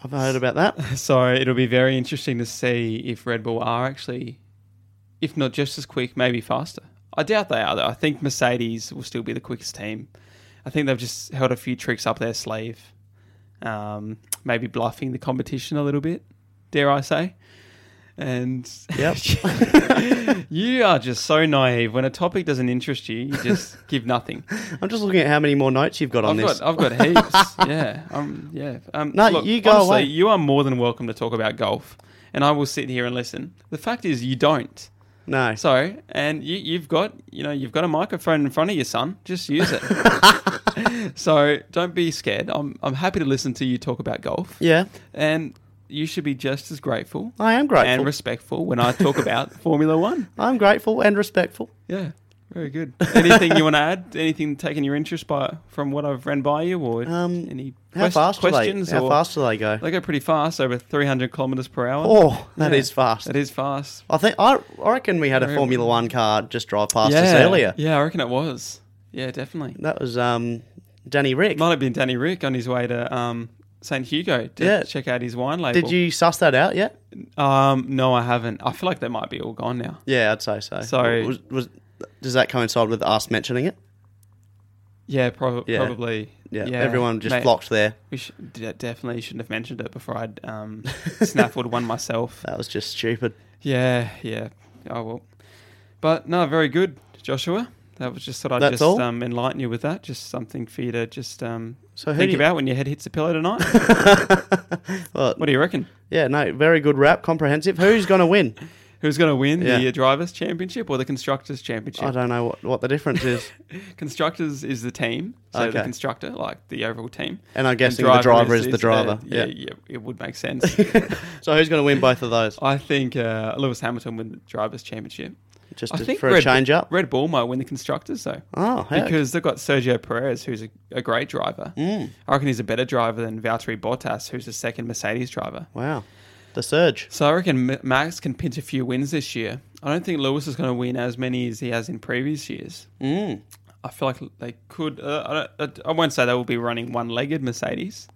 Speaker 1: I've heard about that.
Speaker 2: So it'll be very interesting to see if Red Bull are actually, if not just as quick, maybe faster. I doubt they are, though. I think Mercedes will still be the quickest team. I think they've just held a few tricks up their sleeve, um, maybe bluffing the competition a little bit, dare I say. And
Speaker 1: Yep.
Speaker 2: you are just so naive. When a topic doesn't interest you, you just give nothing.
Speaker 1: I'm just looking at how many more notes you've got on
Speaker 2: I've
Speaker 1: this.
Speaker 2: got, I've got heaps. yeah, um, yeah. Um,
Speaker 1: No,
Speaker 2: look,
Speaker 1: you go
Speaker 2: honestly,
Speaker 1: away.
Speaker 2: You are more than welcome to talk about golf, and I will sit here and listen. The fact is, you don't.
Speaker 1: no.
Speaker 2: So, and you, you've got, you know, you've got a microphone in front of you, son. Just use it. so don't be scared. I'm, I'm happy to listen to you talk about golf,
Speaker 1: yeah,
Speaker 2: and you should be just as grateful
Speaker 1: I am grateful.
Speaker 2: and respectful when I talk about Formula One.
Speaker 1: I'm grateful and respectful.
Speaker 2: Yeah. Very good. Anything you want to add? Anything taking your interest by from what I've ran by you, or
Speaker 1: Um,
Speaker 2: any
Speaker 1: How
Speaker 2: quest-
Speaker 1: fast
Speaker 2: questions?
Speaker 1: are they? How
Speaker 2: or,
Speaker 1: fast do they go?
Speaker 2: They go pretty fast, over 300 kilometers per hour.
Speaker 1: Oh, that is
Speaker 2: Yeah.
Speaker 1: fast.
Speaker 2: That is fast.
Speaker 1: I think I, I reckon we had a
Speaker 2: Very-
Speaker 1: Formula One car just drive past us earlier.
Speaker 2: Yeah, I reckon it was. Yeah, definitely.
Speaker 1: That was um, Danny Rick.
Speaker 2: Might have been Danny Rick on his way to um, St. Hugo to
Speaker 1: Yeah.
Speaker 2: check out his wine label.
Speaker 1: Did you suss that out yet?
Speaker 2: Um, no, I haven't. I feel like they might be all gone now.
Speaker 1: Yeah, I'd say so.
Speaker 2: So-
Speaker 1: was, was, does that coincide with us mentioning it?
Speaker 2: Yeah, prob-
Speaker 1: Yeah.
Speaker 2: probably.
Speaker 1: Yeah, everyone just
Speaker 2: Mate,
Speaker 1: flocked there.
Speaker 2: We should, de- definitely shouldn't have mentioned it before I'd um, snaffled one myself.
Speaker 1: That was just stupid.
Speaker 2: Yeah, yeah. I will. But no, very good, Joshua. That was just thought I'd
Speaker 1: That's
Speaker 2: just
Speaker 1: all?
Speaker 2: um, enlighten you with that. Just something for you to just um,
Speaker 1: So who
Speaker 2: think
Speaker 1: do you-
Speaker 2: about when your head hits the pillow tonight.
Speaker 1: Well,
Speaker 2: what do you reckon?
Speaker 1: yeah, no, very good rap, comprehensive. Who's going to win?
Speaker 2: Who's going to win the
Speaker 1: Yeah.
Speaker 2: uh, drivers' championship or the constructors'
Speaker 1: I
Speaker 2: championship?
Speaker 1: don't know what, what the difference is.
Speaker 2: Constructors is the team, so the
Speaker 1: Okay.
Speaker 2: constructor, like the overall team.
Speaker 1: And I'm
Speaker 2: And
Speaker 1: guessing the driver is, the driver.
Speaker 2: yeah.
Speaker 1: yeah.
Speaker 2: yeah, it would make sense.
Speaker 1: So who's going to win both of those?
Speaker 2: I think uh, Lewis Hamilton win the drivers' championship.
Speaker 1: Just
Speaker 2: I
Speaker 1: to-
Speaker 2: think
Speaker 1: for a
Speaker 2: Red-
Speaker 1: change up.
Speaker 2: Red Bull might win the constructors though.
Speaker 1: Oh, heck.
Speaker 2: because they've got Sergio Perez, who's a, a great driver.
Speaker 1: Mm,
Speaker 2: I reckon he's a better driver than Valtteri Bottas, who's the second Mercedes driver.
Speaker 1: wow, the surge.
Speaker 2: So I reckon M- Max can pinch a few wins this year. I don't think Lewis is going to win as many as he has in previous years.
Speaker 1: Mm.
Speaker 2: I feel like they could. Uh, I, don't- I won't say they will be running one-legged Mercedes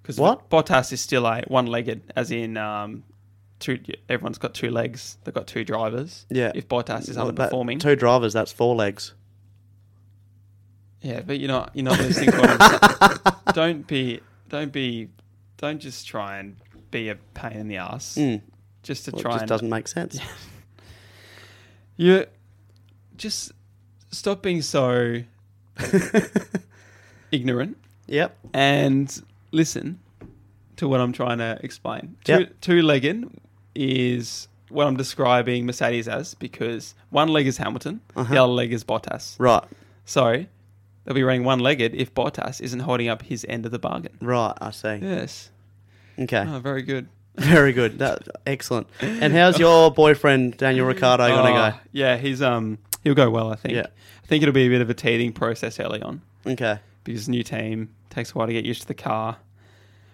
Speaker 2: because
Speaker 1: What?
Speaker 2: Bottas is still a one-legged, as in um, two. Everyone's got two legs. They've got two drivers.
Speaker 1: Yeah.
Speaker 2: If Bottas is
Speaker 1: Well, that-
Speaker 2: underperforming,
Speaker 1: two drivers, that's four legs.
Speaker 2: Yeah, but you're not you're not listening to what I'm saying. Don't be don't be don't just try and be a pain in the ass.
Speaker 1: Mm.
Speaker 2: Just to
Speaker 1: Well, it
Speaker 2: try
Speaker 1: just
Speaker 2: and
Speaker 1: doesn't make sense.
Speaker 2: you just stop being so ignorant
Speaker 1: Yep.
Speaker 2: and listen to what I'm trying to explain. Two
Speaker 1: Yep.
Speaker 2: two legged is what I'm describing Mercedes as because one leg is Hamilton, the
Speaker 1: Uh-huh.
Speaker 2: other leg is Bottas.
Speaker 1: Right.
Speaker 2: So they'll be running one legged if Bottas isn't holding up his end of the bargain.
Speaker 1: Right. I see.
Speaker 2: Yes.
Speaker 1: Okay.
Speaker 2: Oh, very good.
Speaker 1: Very good. That, excellent. And how's your boyfriend Daniel Ricciardo going
Speaker 2: Oh,
Speaker 1: to
Speaker 2: Yeah, he's um he'll go well, I think.
Speaker 1: eh, Yeah.
Speaker 2: I think it'll be a bit of a teething process early on
Speaker 1: go? Okay.
Speaker 2: because new team takes a while to get used to the car.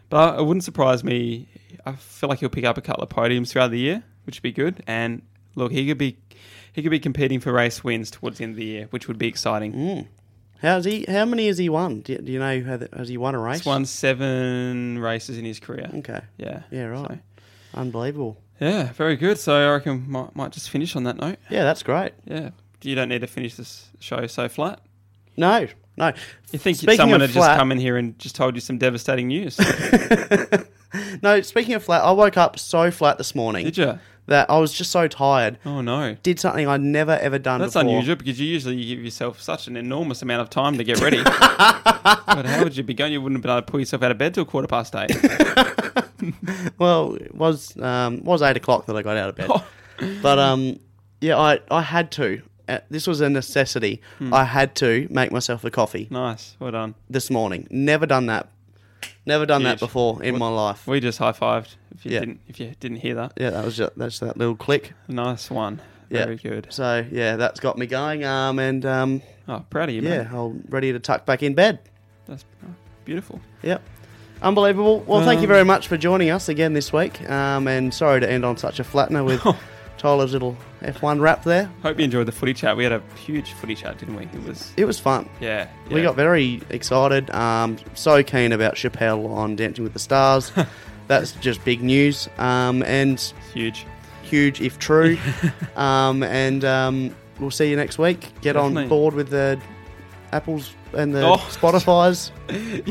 Speaker 2: But it wouldn't surprise me. I feel like he'll pick up a couple of podiums throughout the year, which would be good. And look, he could be he could be competing for race wins towards the end of the year, which would be exciting.
Speaker 1: Mm. How's he? How many has he won? Do, do you know? How the, has he won a race?
Speaker 2: He's won seven races in his career.
Speaker 1: Okay.
Speaker 2: Yeah.
Speaker 1: Yeah. Right.
Speaker 2: So,
Speaker 1: Unbelievable.
Speaker 2: yeah, very good. So I reckon might, might just finish on that note.
Speaker 1: Yeah, that's great.
Speaker 2: Yeah. You don't need to finish this show so flat.
Speaker 1: No. No.
Speaker 2: You think
Speaker 1: Speaking
Speaker 2: someone
Speaker 1: of
Speaker 2: had
Speaker 1: flat-
Speaker 2: just come in here and just told you some devastating news?
Speaker 1: No. Speaking of flat, I woke up so flat this morning
Speaker 2: Did you?
Speaker 1: that I was just so tired.
Speaker 2: Oh no,
Speaker 1: Did something I'd never ever done
Speaker 2: that's
Speaker 1: before.
Speaker 2: unusual because you usually give yourself such an enormous amount of time to get ready. but how would you be going? You wouldn't have been able to pull yourself out of bed till quarter past eight.
Speaker 1: well, it was um, was eight o'clock that I got out of
Speaker 2: Oh.
Speaker 1: bed, but um, yeah, I I had to. Uh, this was a necessity.
Speaker 2: Hmm.
Speaker 1: I had to make myself a coffee
Speaker 2: nice. Well done.
Speaker 1: this morning. Never done that. Never done that
Speaker 2: Huge.
Speaker 1: before in
Speaker 2: What-
Speaker 1: my life.
Speaker 2: We just high fived. If you
Speaker 1: Yeah.
Speaker 2: didn't, if you didn't hear that,
Speaker 1: Yeah, that was just, that's that little click.
Speaker 2: nice one.
Speaker 1: Yeah.
Speaker 2: Very good.
Speaker 1: So yeah, that's got me going. Um, and um,
Speaker 2: Oh, proud of you,
Speaker 1: yeah,
Speaker 2: man.
Speaker 1: I'm ready to tuck back in bed.
Speaker 2: That's oh, beautiful.
Speaker 1: Yep. Unbelievable. Well, thank you
Speaker 2: Um,
Speaker 1: very much for joining us again this week. Um, and sorry to end on such a flattener with Tyler's little F1 wrap there.
Speaker 2: Hope you enjoyed the footy chat. We had a huge footy chat, didn't we? It was
Speaker 1: It was fun.
Speaker 2: yeah.
Speaker 1: We
Speaker 2: yeah.
Speaker 1: got very excited. Um, so keen about Chappelle on Dancing with the Stars. That's just big news. Um, and
Speaker 2: huge.
Speaker 1: huge if true. um, and um, we'll see you next week. Get
Speaker 2: Definitely.
Speaker 1: on board with the Apples and the
Speaker 2: Oh.
Speaker 1: Spotify's.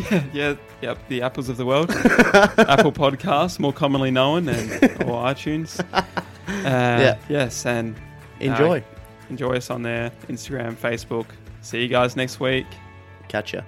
Speaker 2: Yeah, yeah, yep. The apples of the world, Apple Podcasts, more commonly known, and or iTunes. Uh,
Speaker 1: Yeah.
Speaker 2: Yes, and
Speaker 1: Enjoy.
Speaker 2: enjoy us on there, Instagram, Facebook. See you guys next week.
Speaker 1: Catch ya.